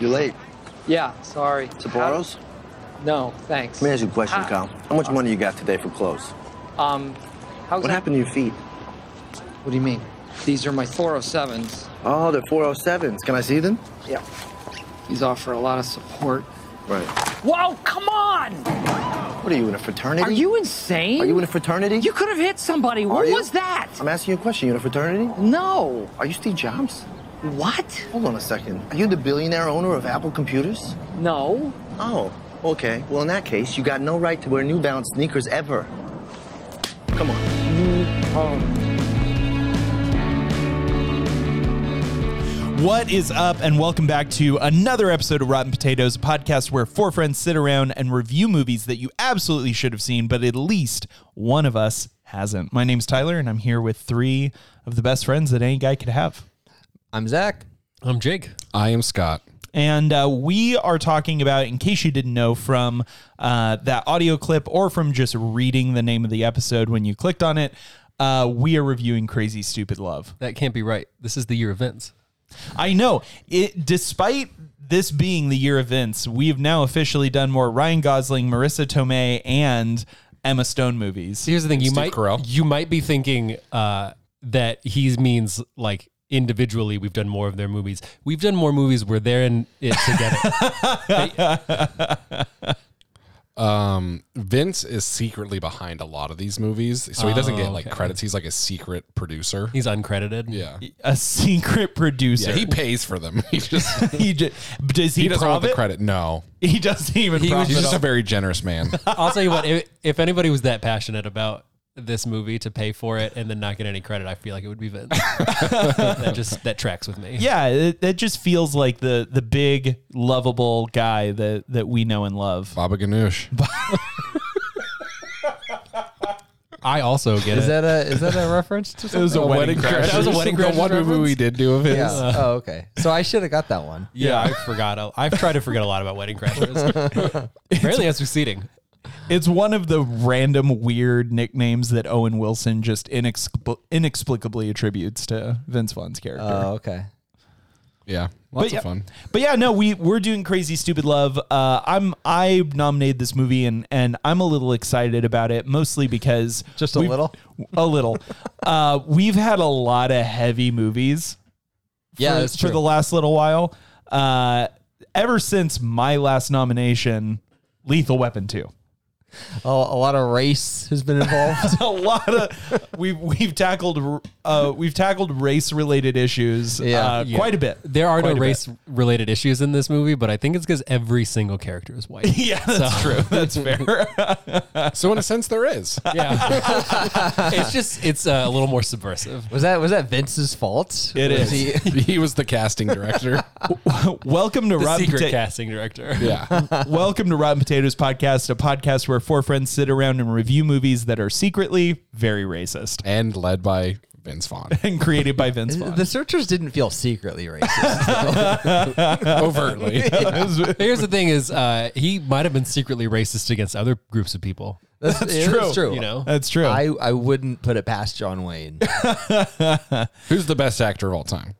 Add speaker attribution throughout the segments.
Speaker 1: You're late.
Speaker 2: Yeah, sorry.
Speaker 1: To Boros?
Speaker 2: No, thanks.
Speaker 1: Let me ask you a question,
Speaker 2: Ah.
Speaker 1: Kyle. How much money you got today for clothes?
Speaker 2: Um, how's
Speaker 1: What
Speaker 2: that-
Speaker 1: happened to your feet?
Speaker 2: What do you mean? These are my 407s.
Speaker 1: Oh, they're 407s. Can I see them?
Speaker 2: Yeah. These offer a lot of support.
Speaker 1: Right.
Speaker 2: Whoa, come on!
Speaker 1: What are you, in a fraternity?
Speaker 2: Are you insane?
Speaker 1: Are you in a fraternity?
Speaker 2: You could have hit somebody. Who
Speaker 1: Are you?
Speaker 2: was that?
Speaker 1: I'm asking you a question. You in a fraternity?
Speaker 2: No.
Speaker 1: Are you Steve Jobs?
Speaker 2: What?
Speaker 1: Hold on a second. Are you the billionaire owner of Apple Computers?
Speaker 2: No.
Speaker 1: Oh, okay. Well, in that case, you got no right to wear New Balance sneakers ever. Come on.
Speaker 3: What is up, and welcome back to another episode of Rotten Potatoes, a podcast where four friends sit around and review movies that you absolutely should have seen, but at least one of us hasn't. My name's Tyler, and I'm here with three of the best friends that any guy could have.
Speaker 4: I'm Zach.
Speaker 5: I'm Jake.
Speaker 6: I am Scott.
Speaker 3: And uh, we are talking about, in case you didn't know from uh, that audio clip or from just reading the name of the episode when you clicked on it, uh, we are reviewing Crazy Stupid Love.
Speaker 5: That can't be right. This is the year of Vince.
Speaker 3: I know. It despite this being the year of Vince, we have now officially done more Ryan Gosling, Marissa Tomei, and Emma Stone movies.
Speaker 5: Here's the thing: you
Speaker 6: Steve
Speaker 5: might
Speaker 6: Carell.
Speaker 5: you might be thinking uh, that he means like individually we've done more of their movies. We've done more movies where they're in it together.
Speaker 6: Vince is secretly behind a lot of these movies, so he doesn't get like credits. He's like a secret producer.
Speaker 5: He's uncredited.
Speaker 6: yeah.
Speaker 3: A secret producer.
Speaker 6: Yeah, he pays for them. He just
Speaker 3: he, ju- does he,
Speaker 6: he doesn't want
Speaker 3: profit?
Speaker 6: the credit. No.
Speaker 3: He doesn't even
Speaker 5: He was
Speaker 3: profit.
Speaker 6: He's just
Speaker 3: off-
Speaker 6: a very generous man.
Speaker 5: I'll tell you what: if, if anybody was that passionate about this movie to pay for it and then not get any credit, I feel like it would be Vince. that just that tracks with me.
Speaker 3: yeah, it, that just feels like the the big lovable guy that that we know and love.
Speaker 6: Baba Ganoush.
Speaker 5: I also get
Speaker 4: Is
Speaker 5: it.
Speaker 4: that a is that a reference to something?
Speaker 6: a wedding crash.
Speaker 5: That was a Wedding Crashers
Speaker 6: The one movie we
Speaker 5: reference?
Speaker 6: did do of his.
Speaker 4: yeah. oh, okay. So I should have got that one.
Speaker 5: yeah, I forgot. I- I've tried to forget a lot about Wedding Crashers. Apparently, that's succeeding.
Speaker 3: It's one of the random weird nicknames that Owen Wilson just inexpl- inexplicably attributes to Vince Vaughn's character.
Speaker 4: Oh, okay.
Speaker 6: Yeah. Lots
Speaker 3: yeah,
Speaker 6: of fun.
Speaker 3: But yeah, no, we we're doing crazy stupid love. Uh, I'm I nominated this movie and and I'm a little excited about it, mostly because
Speaker 4: Just a
Speaker 3: we've-
Speaker 4: little?
Speaker 3: a little. uh, we've had a lot of heavy movies
Speaker 4: Yeah,
Speaker 3: for,
Speaker 4: that's
Speaker 3: for the last little while. Uh, ever since my last nomination, Lethal Weapon two.
Speaker 4: Oh, a lot of race has been involved.
Speaker 3: a lot of we've we've tackled uh, we've tackled race related issues
Speaker 4: Yeah.
Speaker 3: uh, quite a bit.
Speaker 5: There are
Speaker 3: Quite a bit.
Speaker 5: no race related issues in this movie, but I think it's because every single character is white.
Speaker 3: Yeah, that's true. That's fair.
Speaker 6: So in a sense there is.
Speaker 5: yeah. it's just, it's uh, a little more subversive.
Speaker 4: was that was that Vince's fault?
Speaker 3: It
Speaker 4: was
Speaker 3: is.
Speaker 4: He,
Speaker 6: he was the casting director.
Speaker 3: Welcome to
Speaker 5: The
Speaker 3: Rotten
Speaker 5: secret
Speaker 3: Pota-
Speaker 5: casting director.
Speaker 6: Yeah.
Speaker 3: Welcome to Rotten Potatoes Podcast, a podcast where four friends sit around and review movies that are secretly very racist
Speaker 6: And led by Vince Vaughn.
Speaker 3: and created by Vince Vaughn.
Speaker 4: the searchers didn't feel secretly racist.
Speaker 6: Overtly.
Speaker 5: Here's the thing is, uh, he might have been secretly racist against other groups of people.
Speaker 4: That's, it is
Speaker 3: true,
Speaker 4: true.
Speaker 5: You know?
Speaker 3: That's true.
Speaker 4: I, I wouldn't put it past John Wayne.
Speaker 6: Who's the best actor of all time?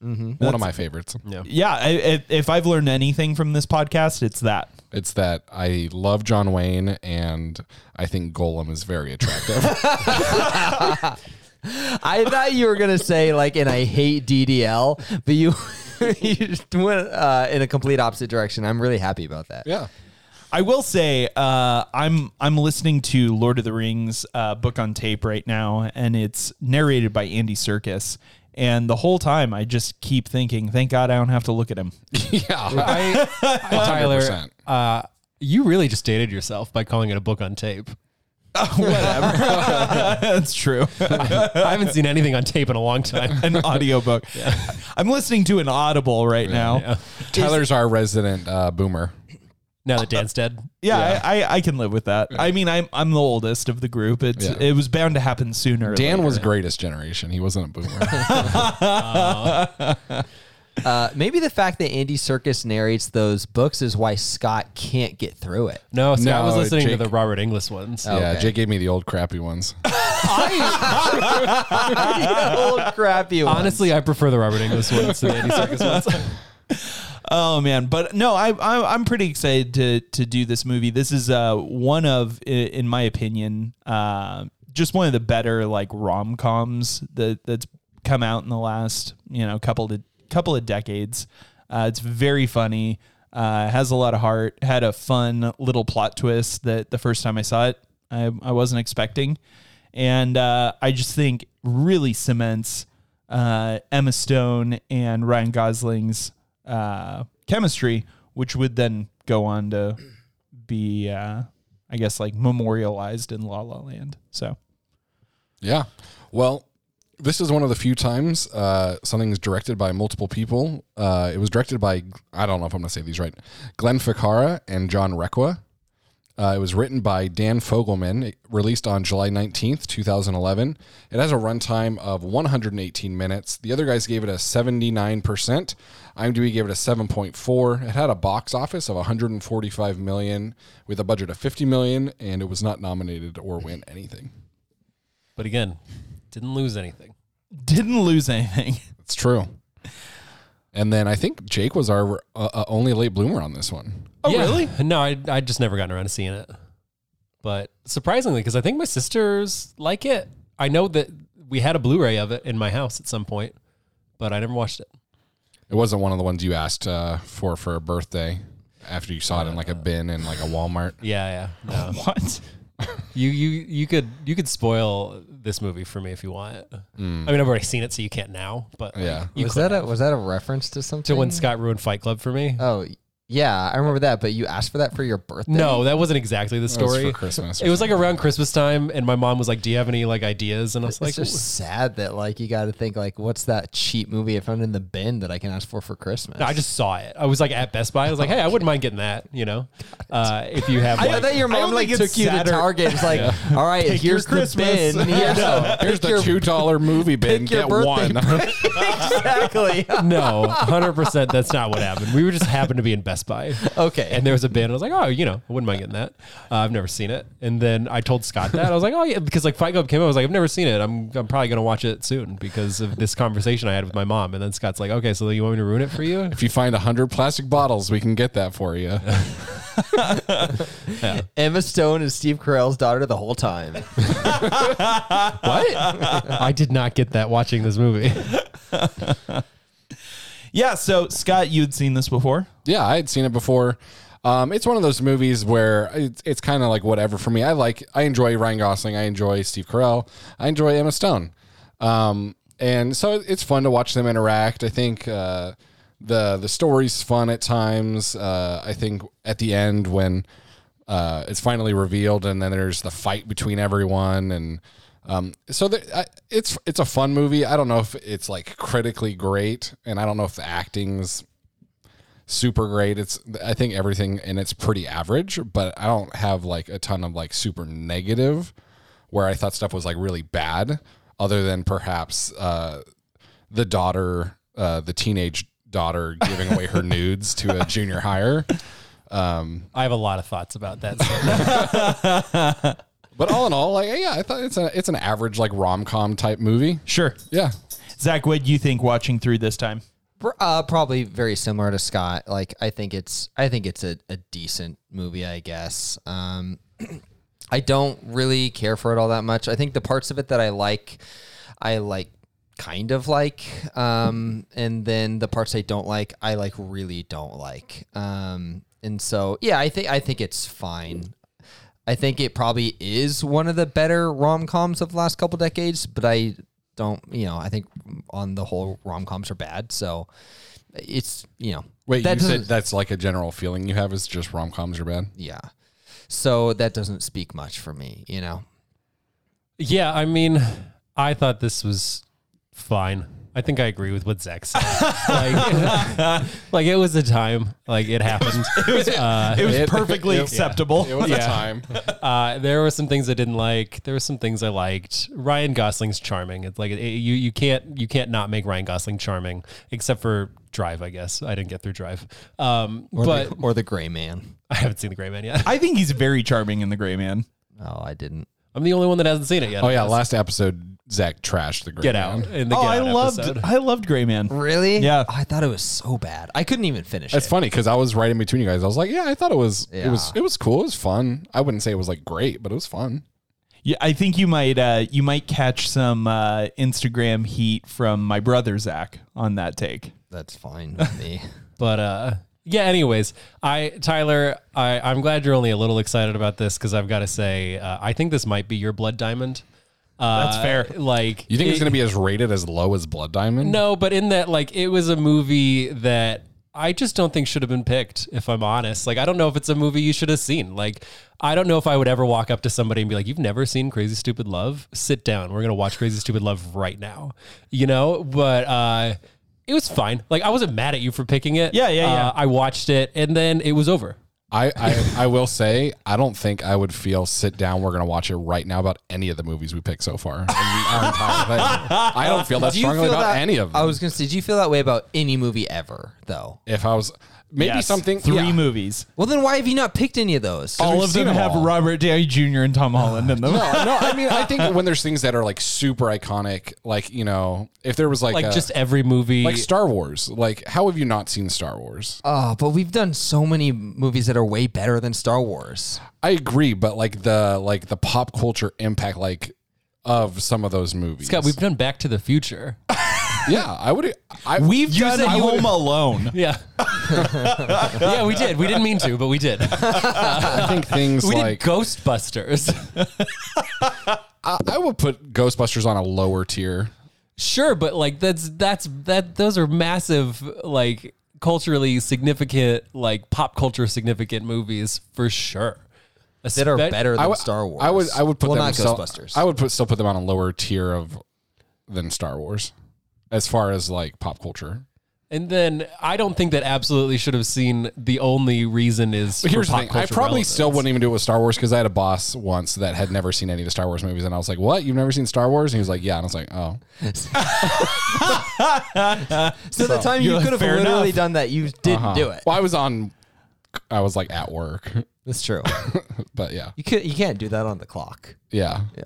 Speaker 6: One of my favorites.
Speaker 3: yeah, I, if, if I've learned anything from this podcast, it's that.
Speaker 6: It's that I love John Wayne and I think Golem is very attractive.
Speaker 4: I thought you were gonna say like, and I hate DDL, but you you just went uh, in a complete opposite direction. I'm really happy about that.
Speaker 6: yeah.
Speaker 3: I will say, uh, I'm I'm listening to Lord of the Rings uh, book on tape right now, and it's narrated by Andy Serkis. And the whole time, I just keep thinking, "Thank God I don't have to look at him."
Speaker 6: Yeah.
Speaker 5: I, Tyler,
Speaker 6: 100%.
Speaker 5: uh, you really just dated yourself by calling it a book on tape.
Speaker 3: That's true.
Speaker 5: I haven't seen anything on tape in a long time.
Speaker 3: an audiobook. I'm listening to an Audible right now. Yeah,
Speaker 6: Tyler's our resident uh, boomer.
Speaker 5: Now that Dan's dead.
Speaker 3: I, I, I can live with that. I mean, I'm I'm the oldest of the group. It's
Speaker 6: Yeah.
Speaker 3: it was bound to happen sooner. or
Speaker 6: Dan
Speaker 3: later.
Speaker 6: was greatest generation. He wasn't a boomer.
Speaker 4: Uh, maybe the fact that Andy Circus narrates those books is why Scott can't get through it.
Speaker 5: No, Scott
Speaker 6: No,
Speaker 5: was listening to
Speaker 6: Jake-
Speaker 5: the Robert Inglis ones.
Speaker 6: yeah,
Speaker 4: okay.
Speaker 6: Jay gave me the old crappy ones.
Speaker 4: The old crappy ones.
Speaker 5: Honestly, I prefer the Robert Inglis ones to the Andy Serkis ones.
Speaker 3: Oh man, but no, I, I I'm pretty excited to to do this movie. This is uh one of, i- in my opinion, uh, just one of the better like rom coms that that's come out in the last you know couple to couple of decades. Uh, it's very funny. Uh, has a lot of heart. Had a fun little plot twist that the first time I saw it, I, I wasn't expecting, and uh, I just think really cements uh, Emma Stone and Ryan Gosling's uh, chemistry, which would then go on to be, uh, I guess, like memorialized in La La Land. So
Speaker 6: Yeah. Well, this is one of the few times uh, something is directed by multiple people. Uh, it was directed by, I don't know if I'm going to say these right, Glenn Ficarra and John Requa. Uh, it was written by Dan Fogelman, it released on July 19th, 2011. It has a runtime of 118 minutes. The other guys gave it a 79%. IMDb gave it a 7.4. It had a box office of 145 million with a budget of 50 million, and it was not nominated or win anything.
Speaker 5: But again, didn't lose anything.
Speaker 3: didn't lose anything.
Speaker 6: It's true. And then I think Jake was our uh, uh, only late bloomer on this one.
Speaker 5: Oh, really? No, I I just never gotten around to seeing it. But surprisingly, because I think my sisters like it. I know that we had a Blu-ray of it in my house at some point, but I never watched it.
Speaker 6: It wasn't one of the ones you asked uh, for for a birthday after you saw it in
Speaker 4: Uh,
Speaker 6: like a bin in like a Walmart.
Speaker 5: Yeah, yeah. No.
Speaker 3: What?
Speaker 5: you you you could you could spoil this movie for me if you want. I mean, I've already seen it, so you can't now. But like,
Speaker 6: Hmm. Yeah.
Speaker 5: you
Speaker 4: was
Speaker 5: could
Speaker 4: that a was that a reference to something?
Speaker 5: to when Scott ruined Fight Club for me.
Speaker 4: Oh yeah, I remember that. But you asked for that for your birthday.
Speaker 5: No, that wasn't exactly the
Speaker 6: It was
Speaker 5: story.
Speaker 6: for Christmas. or
Speaker 5: It was like around Christmas time, and my mom was like, "Do you have any like ideas?" And I was
Speaker 4: It's
Speaker 5: like,
Speaker 4: just sad that like you got to think like what's that cheap movie I found in the bin that I can ask for for Christmas?
Speaker 5: No, I just saw it. I was like at Best Buy. I was like, "Hey, I wouldn't mind getting that." You know, uh, if you have,
Speaker 4: I
Speaker 5: like,
Speaker 4: thought your
Speaker 3: I
Speaker 4: mom
Speaker 3: only
Speaker 4: like
Speaker 3: get
Speaker 4: took you to
Speaker 3: sadder-
Speaker 4: Target. It's like, all right,
Speaker 3: your
Speaker 4: here's the
Speaker 3: Christmas.
Speaker 4: bin. Yeah, no,
Speaker 6: something. Here's
Speaker 4: pick your-
Speaker 6: the two dollar movie bin.
Speaker 4: pick your
Speaker 6: Get
Speaker 4: birthday
Speaker 6: one.
Speaker 4: exactly.
Speaker 5: no, hundred percent. That's not what happened. We were just happened to be in Best Buy.
Speaker 4: Okay.
Speaker 5: and there was a bin. I was like, "Oh, you know, I wouldn't mind getting that." Uh, I've never seen it. And then I told Scott that I was like, "Oh yeah," because like Fight Club came out. I was like, "I've never seen it. I'm I'm probably gonna watch it soon because of this conversation I had with my mom." And then Scott's like, "Okay, so you want me to ruin it for you?"
Speaker 6: if you find a hundred plastic bottles, we can get that for you.
Speaker 4: Emma Stone is Steve Carell's daughter the whole time.
Speaker 5: what? I did not get that watching this movie.
Speaker 3: Yeah. So Scott, you had seen this before.
Speaker 6: Yeah, I had seen it before. Um, it's one of those movies where it's, it's kind of like whatever for me. I like, I enjoy Ryan Gosling, I enjoy Steve Carell, I enjoy Emma Stone, um, and so it- it's fun to watch them interact. I think uh, the the story's fun at times. Uh, I think at the end when uh, it's finally revealed, and then there's the fight between everyone, and um, so the, I, it's it's a fun movie. I don't know if it's like critically great, and I don't know if the acting's super great. It's I think everything and it's pretty average, but I don't have like a ton of like super negative where I thought stuff was like really bad, other than perhaps uh, the daughter, uh, the teenage daughter giving away her nudes to a junior hire.
Speaker 5: I have a lot of thoughts about that.
Speaker 6: But all in all, like yeah, I thought it's a it's an average like rom com type movie.
Speaker 3: Sure.
Speaker 6: Yeah.
Speaker 3: Zach, what do you think watching through this time?
Speaker 4: Pr- Uh, probably very similar to Scott. Like I think it's I think it's a, a decent movie, I guess. Um, I don't really care for it all that much. I think the parts of it that I like, I like kind of like. Um, and then the parts I don't like, I like really don't like. Um, and so yeah, I think I think it's fine. I think it probably is one of the better rom coms of the last couple decades, but I don't, you know, I think on the whole rom coms are bad. So it's, you know,
Speaker 6: Wait, you said
Speaker 4: doesn't-
Speaker 6: that's like a general feeling you have is just rom coms are bad.
Speaker 4: yeah. So that doesn't speak much for me, you know.
Speaker 5: Yeah, I mean, I thought this was fine. I think I agree with what Zach said. like, like it was a time. Like it happened.
Speaker 3: It was
Speaker 6: Uh, It-
Speaker 3: perfectly
Speaker 6: it-
Speaker 3: acceptable.
Speaker 6: It was
Speaker 5: Yeah.
Speaker 6: a time.
Speaker 5: Uh, there were some things I didn't like. There were some things I liked. Ryan Gosling's charming. It's like it, you you can't you can't not make Ryan Gosling charming, except for Drive. I guess I didn't get through Drive. Um,
Speaker 4: Or
Speaker 5: but
Speaker 4: the, or the gray man.
Speaker 5: I haven't seen The Gray Man yet.
Speaker 3: I think he's very charming in The Gray Man.
Speaker 4: Oh, I didn't.
Speaker 5: I I'm the only one that hasn't seen it yet.
Speaker 6: Oh yeah,
Speaker 5: Let's
Speaker 6: last episode Zach trashed the Green
Speaker 5: get out.
Speaker 6: Man.
Speaker 5: In the
Speaker 3: Oh,
Speaker 5: Get
Speaker 3: I
Speaker 5: Out
Speaker 3: loved
Speaker 5: episode.
Speaker 3: I loved Gray Man.
Speaker 4: Really?
Speaker 3: Yeah.
Speaker 4: Oh, I thought it was so bad. I couldn't even finish
Speaker 6: That's
Speaker 4: it.
Speaker 6: funny because I was right in between you guys. I was like, yeah, I thought it was it was
Speaker 4: Yeah.
Speaker 6: it was cool. It was fun. I wouldn't say it was like great, but it was fun.
Speaker 3: Yeah, I think you might uh, you might catch some uh, Instagram heat from my brother Zach on that take.
Speaker 4: That's fine with me.
Speaker 5: But uh, yeah. Anyways, I Tyler, I I'm glad you're only a little excited about this because I've got to say, uh, I think this might be your blood diamond. Uh,
Speaker 3: That's fair.
Speaker 5: Like
Speaker 6: You think it's
Speaker 5: it-
Speaker 6: gonna be as rated as low as Blood Diamond?
Speaker 5: No, but in that, like, it was a movie that I just don't think should have been picked, if I'm honest. Like, I don't know if it's a movie you should have seen. Like, I don't know if I would ever walk up to somebody and be like, You've never seen Crazy Stupid Love? Sit down. We're going to watch Crazy Stupid Love right now. You know? But, uh, it was fine. Like I wasn't mad at you for picking it.
Speaker 3: Yeah, yeah, yeah.
Speaker 5: Uh, I watched it and then it was over.
Speaker 6: I, I I will say I don't think I would feel sit down. We're gonna watch it right now about any of the movies we picked so far. And we- our entire thing. I don't feel that
Speaker 4: Do you feel
Speaker 6: strongly about
Speaker 4: that-
Speaker 6: any of them.
Speaker 4: I was gonna say, do you feel that way about any movie ever, though?
Speaker 6: if I was maybe
Speaker 3: Yes,
Speaker 6: something
Speaker 3: three
Speaker 6: yeah.
Speaker 3: movies.
Speaker 4: Well, then why have you not picked any of those?
Speaker 6: Oh,
Speaker 3: All
Speaker 6: we've
Speaker 3: of
Speaker 6: seen
Speaker 3: them
Speaker 6: them
Speaker 3: have
Speaker 6: all.
Speaker 3: Robert Downey Jr. and Tom Holland in them.
Speaker 6: No, no, I mean I think when there's things that are like super iconic, like you know, if there was like
Speaker 5: Like
Speaker 6: a-
Speaker 5: just every movie.
Speaker 6: like Star Wars, like how have you not seen Star Wars?
Speaker 4: Oh, but we've done so many movies that are way better than Star Wars.
Speaker 6: I agree, but like the like the pop culture impact, like of some of those movies.
Speaker 5: Scott, we've done Back to the Future.
Speaker 6: yeah, I would. I,
Speaker 3: We've done
Speaker 5: said you
Speaker 3: Home Alone.
Speaker 5: yeah. yeah, we did. We didn't mean to, but we did.
Speaker 6: I think things
Speaker 5: We
Speaker 6: like
Speaker 5: did Ghostbusters.
Speaker 6: I, I would put Ghostbusters on a lower tier.
Speaker 5: Sure, but like that's that's that those are massive like culturally significant like pop culture significant movies for sure.
Speaker 4: That are
Speaker 5: Espe-
Speaker 4: better than
Speaker 6: I would.
Speaker 4: Star Wars.
Speaker 6: I would. I would put
Speaker 4: well,
Speaker 6: them
Speaker 4: not
Speaker 6: still-
Speaker 4: Ghostbusters.
Speaker 6: I would put still put them on a lower tier of than Star Wars, as far as like pop culture.
Speaker 5: And then I don't think that absolutely should have seen the only reason is
Speaker 6: But here's
Speaker 5: for
Speaker 6: the
Speaker 5: pop
Speaker 6: thing: I
Speaker 5: culture
Speaker 6: probably
Speaker 5: relevance.
Speaker 6: still wouldn't even do it with Star Wars because I had a boss once that had never seen any of the Star Wars movies, and I was like, "What? You've never seen Star Wars?" And he was like, "Yeah," and I was like, "Oh."
Speaker 4: so, the time you
Speaker 3: You're like,
Speaker 4: could have
Speaker 3: fair
Speaker 4: literally
Speaker 3: enough.
Speaker 4: done that, you didn't do it.
Speaker 6: Uh-huh. Well, I was on. I was like at work,
Speaker 4: That's true.
Speaker 6: but yeah,
Speaker 4: you could. You can't do that on the clock.
Speaker 6: yeah.
Speaker 4: Yeah.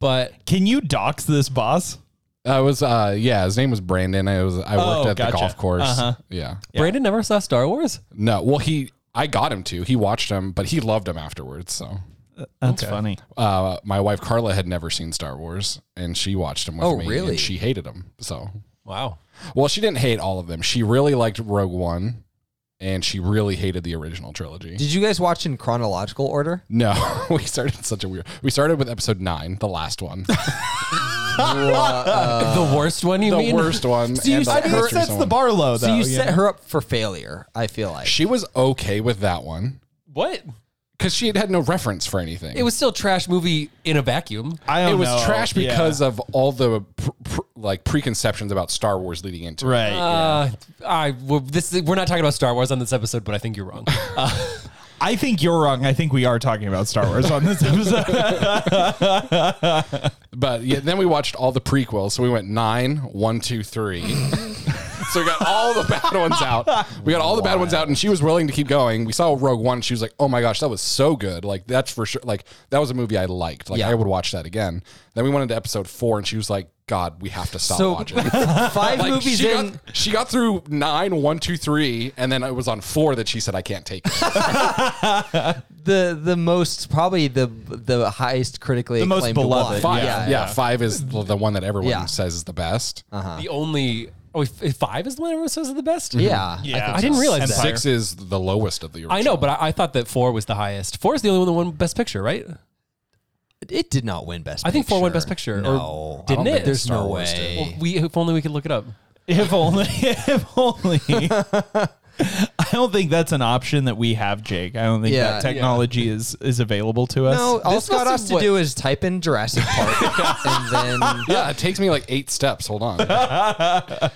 Speaker 5: But
Speaker 3: Can you dox this boss?
Speaker 6: I was. Uh, yeah, his name was Brandon. I was. I worked
Speaker 3: Oh,
Speaker 6: at
Speaker 3: gotcha.
Speaker 6: the golf course.
Speaker 3: Uh-huh.
Speaker 6: Yeah.
Speaker 5: Brandon never saw Star Wars.
Speaker 6: No. Well, he. I got him to. He watched him, but he loved him afterwards. So,
Speaker 3: That's funny.
Speaker 6: uh, my wife Carla had never seen Star Wars, and she watched him with
Speaker 4: Oh,
Speaker 6: me.
Speaker 4: really?
Speaker 6: And she hated him. So,
Speaker 5: Wow.
Speaker 6: well, she didn't hate all of them. She really liked Rogue One, and she really hated the original trilogy.
Speaker 4: Did you guys watch in chronological order?
Speaker 6: no, we started such a weird. We started with episode nine, the last one,
Speaker 5: the worst one you
Speaker 6: Uh, the
Speaker 5: mean?
Speaker 6: worst one. and the
Speaker 3: I mean, it
Speaker 6: most
Speaker 3: sets
Speaker 6: recent
Speaker 3: the
Speaker 6: one.
Speaker 3: bar low, though.
Speaker 4: So you
Speaker 3: you
Speaker 4: set
Speaker 3: know?
Speaker 4: her up for failure. I feel like.
Speaker 6: She was okay with that one
Speaker 5: What?
Speaker 6: because she had had no reference for anything.
Speaker 5: It was still trash movie in a vacuum.
Speaker 3: I don't
Speaker 6: it was
Speaker 3: know.
Speaker 6: trash
Speaker 3: Yeah.
Speaker 6: because of all the pr- pr- like preconceptions about Star Wars leading into it.
Speaker 3: right.
Speaker 5: Uh, I well, this is- we're not talking about Star Wars on this episode, but I think you're wrong. Uh,
Speaker 3: I think you're wrong. I think we are talking about Star Wars on this episode.
Speaker 6: But yeah, then we watched all the prequels. So we went nine, one, two, three. so we got all the bad ones out. We got all the bad ones out, and she was willing to keep going. We saw Rogue One. And she was like, "Oh my gosh, that was so good! Like that's for sure. Like that was a movie I liked. Like
Speaker 4: Yeah.
Speaker 6: I would watch that again." Then we went into episode four, and she was like, "God, we have to stop
Speaker 4: So-
Speaker 6: watching."
Speaker 4: Five
Speaker 6: Like,
Speaker 4: movies
Speaker 6: she,
Speaker 4: in.
Speaker 6: got, she got through nine, one, two, three, and then it was on four that she said, "I can't take." it.
Speaker 4: the the most probably the the highest critically
Speaker 3: The most
Speaker 4: acclaimed
Speaker 3: beloved,
Speaker 4: one.
Speaker 6: Five,
Speaker 4: Yeah,
Speaker 6: yeah, five is the the one that everyone
Speaker 4: Yeah.
Speaker 6: says is the best.
Speaker 5: The only oh, f- five is the one everyone says is the best.
Speaker 4: yeah.
Speaker 3: Yeah.
Speaker 5: I didn't realize that.
Speaker 6: Six is the lowest of the. Original.
Speaker 5: I know, but I, I thought that four was the highest. Four is the only one that won Best Picture, right?
Speaker 4: It did not win best.
Speaker 5: I think four won
Speaker 4: Picture.
Speaker 5: Best Picture, or
Speaker 4: No,
Speaker 5: didn't it?
Speaker 4: There's
Speaker 5: Star
Speaker 4: no
Speaker 5: Wars
Speaker 4: way.
Speaker 5: Well, we if only we could look it up.
Speaker 3: if only. If only. I don't think that's an option that we have, Jake. I don't think
Speaker 4: Yeah,
Speaker 3: that technology is is available to us.
Speaker 4: No, all
Speaker 5: This
Speaker 4: Scott
Speaker 5: must
Speaker 4: has
Speaker 5: have
Speaker 4: to
Speaker 5: what-
Speaker 4: do is type in Jurassic Park, and then
Speaker 6: Yeah, it takes me like eight steps. Hold on.
Speaker 5: Uh,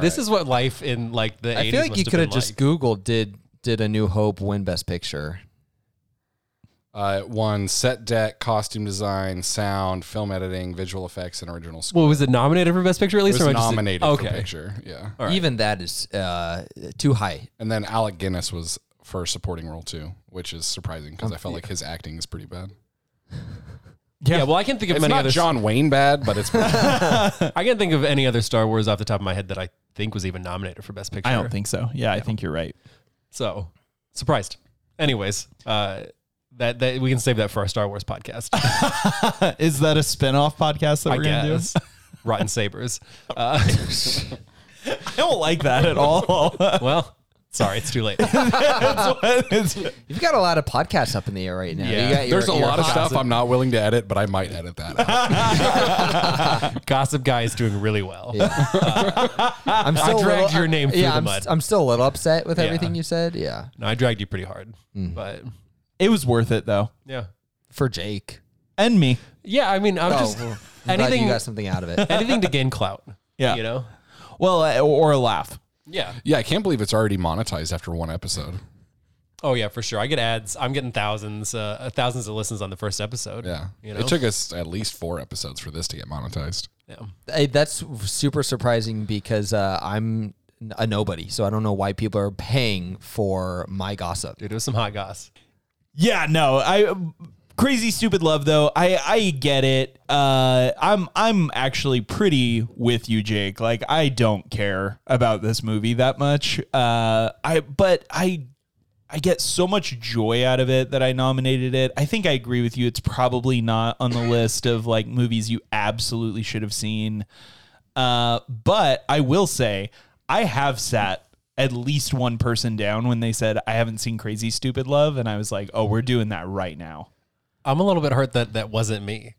Speaker 5: This is what life in like the.
Speaker 4: I
Speaker 5: 80s
Speaker 4: feel like you
Speaker 5: must
Speaker 4: could have
Speaker 5: been
Speaker 4: just
Speaker 5: like.
Speaker 4: Googled did did A New Hope win Best Picture?
Speaker 6: Uh, it won set deck, costume design, sound, film editing, visual effects, and original score.
Speaker 5: Well, was it nominated for Best Picture at
Speaker 6: It
Speaker 5: least?
Speaker 6: was
Speaker 5: or am I just-
Speaker 6: nominated
Speaker 5: okay.
Speaker 6: for picture. Yeah.
Speaker 4: Even that is uh, too high.
Speaker 6: And then
Speaker 5: Oh,
Speaker 6: Alec Guinness was for supporting role too, which is surprising because I felt like his acting is pretty bad.
Speaker 5: Yeah, well, I can't think of
Speaker 6: It's
Speaker 5: many
Speaker 6: not
Speaker 5: other.
Speaker 6: John Wayne bad, but it's
Speaker 5: I can't think of any other Star Wars off the top of my head that I think was even nominated for Best Picture.
Speaker 3: I don't think so. Yeah, I think you're right.
Speaker 5: so. Surprised. Anyways, uh, that that we can save that for our Star Wars podcast.
Speaker 3: Is that a spin-off podcast that
Speaker 5: I
Speaker 3: we're going to do?
Speaker 5: guess. Rotten Sabers. Uh,
Speaker 3: I don't like that at all.
Speaker 5: Well, sorry, it's too late.
Speaker 4: You've got a lot of podcasts up in the air right now.
Speaker 5: Yeah.
Speaker 4: You got your-
Speaker 6: there's a
Speaker 4: your
Speaker 6: lot of stuff
Speaker 4: pods-
Speaker 6: I'm not willing to edit, but I might edit that. out.
Speaker 5: Gossip Guy is doing really well.
Speaker 4: I'm still a
Speaker 5: dragged
Speaker 4: little-
Speaker 5: your name
Speaker 4: I-
Speaker 5: through
Speaker 4: yeah,
Speaker 5: the
Speaker 4: I'm,
Speaker 5: mud.
Speaker 4: s- I'm still a little upset with
Speaker 5: Yeah.
Speaker 4: everything you said. Yeah,
Speaker 5: No, I dragged you pretty hard, but
Speaker 3: it was worth it though,
Speaker 5: yeah,
Speaker 4: for Jake.
Speaker 3: and me.
Speaker 5: yeah. I mean, I'm
Speaker 4: Oh,
Speaker 5: just
Speaker 4: well, I'm glad
Speaker 5: anything,
Speaker 4: you got something out of it.
Speaker 5: anything to gain clout.
Speaker 3: Yeah.
Speaker 5: you know.
Speaker 3: Well, uh, or a laugh.
Speaker 5: Yeah.
Speaker 6: Yeah, I can't believe it's already monetized after one episode.
Speaker 5: Oh yeah, for sure. I get ads. I'm getting thousands, uh, thousands of listens on the first episode.
Speaker 6: Yeah,
Speaker 5: You know?
Speaker 6: it took us at least four episodes for this to get monetized.
Speaker 5: Yeah.
Speaker 4: Hey, that's super surprising because uh, I'm a nobody, so I don't know why people are paying for my gossip.
Speaker 5: Dude, it was some hot goss.
Speaker 3: Yeah, no, I crazy stupid love though. I I get it. Uh, I'm I'm actually pretty with you, Jake. Like I don't care about this movie that much. Uh, I but I I get so much joy out of it that I nominated it. I think I agree with you. It's probably not on the list of like movies you absolutely should have seen. Uh, but I will say, I have sat at least one person down when they said, I haven't seen Crazy Stupid Love. And I was like, oh, we're doing that right now.
Speaker 5: I'm a little bit hurt that that wasn't me.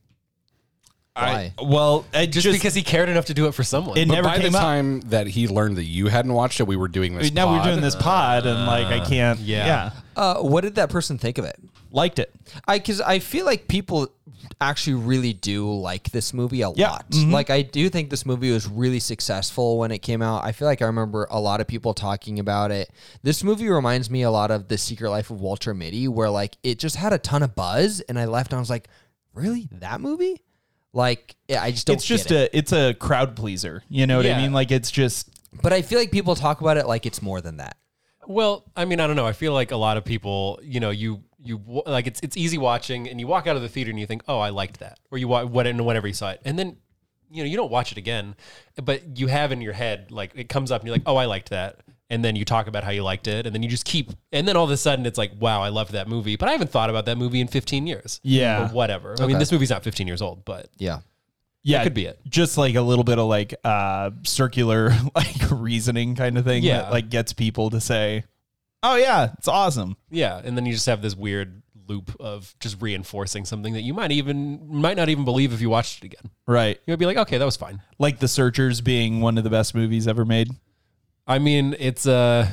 Speaker 4: Why?
Speaker 3: Well, it just,
Speaker 5: Just, because he cared enough to do it for someone.
Speaker 3: it
Speaker 6: But
Speaker 3: never
Speaker 6: by
Speaker 3: came
Speaker 6: the
Speaker 3: up.
Speaker 6: time that he learned that you hadn't watched it, we were doing this.
Speaker 3: now we're
Speaker 6: pod.
Speaker 3: doing this pod, and like, I can't.
Speaker 5: yeah.
Speaker 3: yeah.
Speaker 4: Uh, what did that person think of it?
Speaker 3: Liked it.
Speaker 4: I because I feel like people actually really do like this movie a
Speaker 3: Yeah. Mm-hmm.
Speaker 4: lot. Like I do think this movie was really successful when it came out. I feel like I remember a lot of people talking about it. This movie reminds me a lot of The Secret Life of Walter Mitty, where like it just had a ton of buzz, and I left and I was like, really that movie? Like yeah, I just don't.
Speaker 3: It's just
Speaker 4: get it.
Speaker 3: a it's a crowd pleaser. You know what
Speaker 5: Yeah.
Speaker 3: I mean? Like it's just
Speaker 4: But I feel like people talk about it like it's more than that.
Speaker 5: Well, I mean, I don't know. I feel like a lot of people, you know, you you w- like it's it's easy watching, and you walk out of the theater and you think, oh, I liked that, or you watch what and whatever you saw it, and then you know you don't watch it again, but you have in your head like it comes up and you're like, oh, I liked that, and then you talk about how you liked it, and then you just keep, and then all of a sudden it's like, wow, I loved that movie, but I haven't thought about that movie in 15 years.
Speaker 3: Yeah.
Speaker 5: or whatever. I mean, this movie's not 15 years old, but
Speaker 4: Yeah.
Speaker 3: yeah,
Speaker 5: could be it.
Speaker 3: Just like a little bit of like uh circular like reasoning kind of thing
Speaker 5: Yeah.
Speaker 3: that like gets people to say, "Oh yeah, it's awesome."
Speaker 5: Yeah, and then you just have this weird loop of just reinforcing something that you might even might not even believe if you watched it again.
Speaker 3: Right.
Speaker 5: You'll be like, okay, that was fine.
Speaker 3: Like The Searchers being one of the best movies ever made.
Speaker 5: I mean, it's uh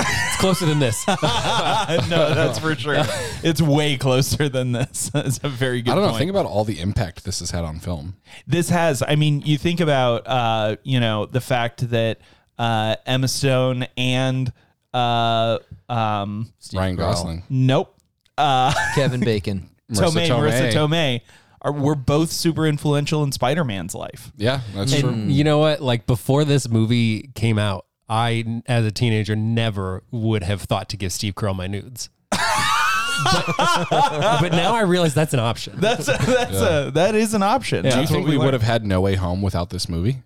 Speaker 5: it's closer than this.
Speaker 3: no, that's for sure. it's way closer than this. it's a very good
Speaker 6: I don't know.
Speaker 3: point.
Speaker 6: Think about all the impact this has had on film.
Speaker 3: this has i mean you think about uh you know the fact that uh emma stone and uh um
Speaker 6: Ryan
Speaker 4: Carell.
Speaker 6: Gosling.
Speaker 3: nope uh
Speaker 4: Kevin Bacon.
Speaker 3: tomei
Speaker 6: Marissa
Speaker 3: marissa
Speaker 6: Tomei.
Speaker 3: tomei are we're both super influential in spider-man's life
Speaker 6: Yeah, that's true.
Speaker 5: you know what? Like before this movie came out, I as a teenager never would have thought to give Steve Carell my nudes. but, but now I realize that's an option.
Speaker 3: that's a, that's a that is an option
Speaker 6: Do you
Speaker 3: That's what
Speaker 6: think we
Speaker 3: learned.
Speaker 6: would have had No Way Home without this movie?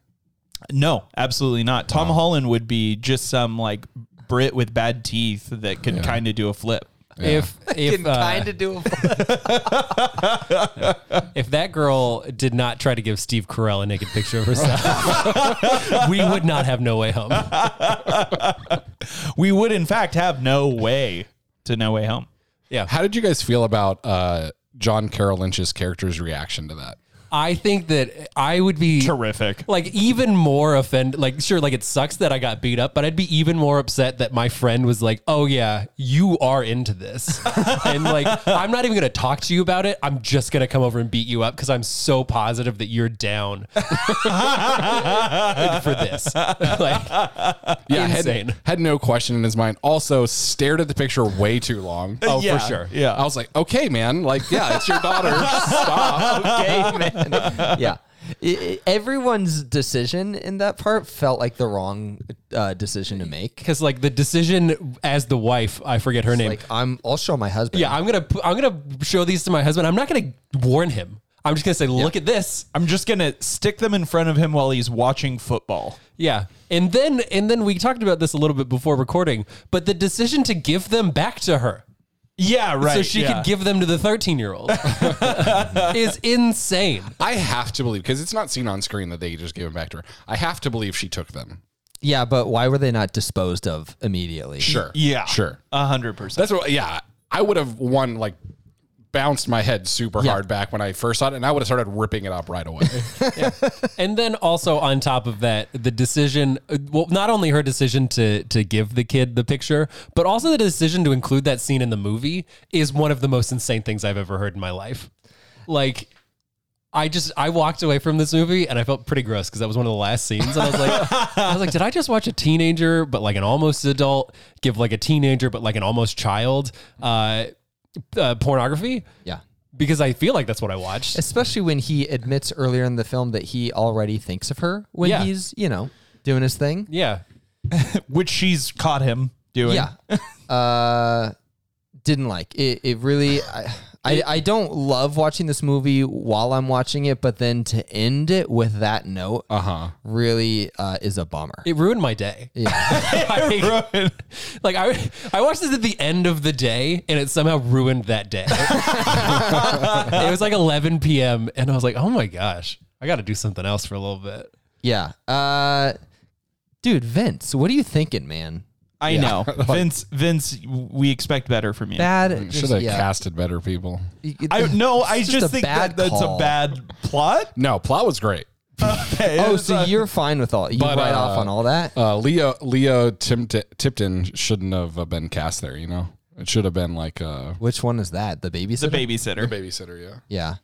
Speaker 3: no absolutely not tom holland would be just some like brit with bad teeth that could kind of do a flip
Speaker 5: If if uh,
Speaker 4: of do
Speaker 5: if that girl did not try to give Steve Carell a naked picture of herself, we would not have no way home.
Speaker 3: we would in fact have no way to no way home
Speaker 6: How did you guys feel about uh, John Carroll Lynch's character's reaction to that?
Speaker 5: I think that I would be
Speaker 3: terrific
Speaker 5: like even more offended. Like, sure, like it sucks that I got beat up, but I'd be even more upset that my friend was like, "Oh yeah, you are into this," and like I'm not even gonna talk to you about it. I'm just gonna come over and beat you up because I'm so positive that you're down for this. like,
Speaker 6: Yeah,
Speaker 5: Insane.
Speaker 6: had, had no question in his mind. Also, stared at the picture way too long.
Speaker 5: oh
Speaker 3: Yeah.
Speaker 5: for sure.
Speaker 3: yeah
Speaker 6: I was like, okay, man. Like, yeah, it's your daughter. Stop.
Speaker 4: yeah. I- I- everyone's decision in that part felt like the wrong uh, decision to make.
Speaker 5: Because like the decision as the wife, I forget her name.
Speaker 4: Like I'm, I'll show my husband.
Speaker 5: yeah, I'm gonna pu- I'm gonna show these to my husband. I'm not gonna warn him. I'm just gonna say, look at this.
Speaker 3: I'm just gonna stick them in front of him while he's watching football.
Speaker 5: Yeah, and then and then we talked about this a little bit before recording, but the decision to give them back to her.
Speaker 3: Yeah, right.
Speaker 5: so she could give them to the 13 year old is insane.
Speaker 6: I have to believe because it's not seen on screen that they just gave them back to her. I have to believe she took them.
Speaker 4: yeah, but why were they not disposed of immediately?
Speaker 6: Sure.
Speaker 3: Yeah,
Speaker 6: Sure.
Speaker 3: a hundred percent.
Speaker 6: That's what. Yeah, I would have won like bounced my head super hard back when I first saw it, and I would have started ripping it up right away.
Speaker 5: And then also on top of that, the decision well, not only her decision to to give the kid the picture, but also the decision to include that scene in the movie is one of the most insane things I've ever heard in my life. Like I just I walked away from this movie and I felt pretty gross because that was one of the last scenes. And I was like, I was like, did I just watch a teenager, but like an almost adult, give like a teenager, but like an almost child, uh, uh pornography?
Speaker 4: Yeah.
Speaker 5: Because I feel like that's what I watched.
Speaker 4: Especially when he admits earlier in the film that he already thinks of her when
Speaker 5: Yeah.
Speaker 4: he's, you know, doing his thing.
Speaker 5: Yeah.
Speaker 3: Which she's caught him doing.
Speaker 4: Yeah. uh, didn't like it. It really, I, I, I don't love watching this movie while I'm watching it, but then to end it with that note
Speaker 6: Uh-huh.
Speaker 4: really uh, is a bummer.
Speaker 5: It ruined my day.
Speaker 4: yeah.
Speaker 5: like, like, I I watched this at the end of the day and it somehow ruined that day. it was like 11 p.m. and I was like, "Oh my gosh, I got to do something else for a little bit."
Speaker 4: yeah. Uh, dude, Vince, what are you thinking, man?
Speaker 3: I know. Vince, Vince, we expect better from you.
Speaker 4: Bad.
Speaker 6: Should
Speaker 4: just-
Speaker 6: have
Speaker 4: yeah.
Speaker 6: casted better people.
Speaker 3: I no, I
Speaker 4: It's
Speaker 3: just,
Speaker 4: just a
Speaker 3: think that
Speaker 4: bad
Speaker 3: that's a
Speaker 4: call.
Speaker 3: bad plot.
Speaker 6: No, plot was great.
Speaker 3: Okay,
Speaker 4: Oh,
Speaker 3: it's
Speaker 4: so
Speaker 3: a-
Speaker 4: you're fine with all you
Speaker 6: But,
Speaker 4: write
Speaker 6: uh,
Speaker 4: off on all that?
Speaker 6: Uh, Leo Leo Timpt- Tipton shouldn't have uh, been cast there. You know, it should have been like uh, a
Speaker 4: Which one is that? The babysitter.
Speaker 3: the babysitter.
Speaker 6: babysitter. Yeah,
Speaker 4: Yeah.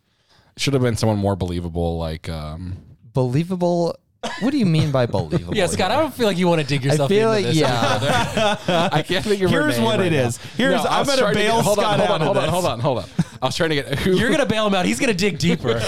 Speaker 6: should have been someone more believable. Like, um,
Speaker 4: Believable. What do you mean by believable?
Speaker 5: Yeah, Scott, I don't feel like you want to dig
Speaker 4: I
Speaker 5: yourself
Speaker 4: feel
Speaker 5: into
Speaker 4: like
Speaker 5: this.
Speaker 4: yeah.
Speaker 6: I can't think of her
Speaker 3: Here's
Speaker 6: name
Speaker 3: what
Speaker 6: right
Speaker 3: it
Speaker 6: now.
Speaker 3: is. Here's
Speaker 6: I
Speaker 3: I'm
Speaker 6: was
Speaker 3: gonna
Speaker 6: trying to
Speaker 3: bail
Speaker 6: get- hold
Speaker 3: Scott
Speaker 6: on, hold
Speaker 3: out
Speaker 6: on,
Speaker 3: of
Speaker 6: hold on,
Speaker 3: this.
Speaker 6: hold on, hold on. I was trying to get who
Speaker 5: You're going to bail him out. He's going to dig deeper.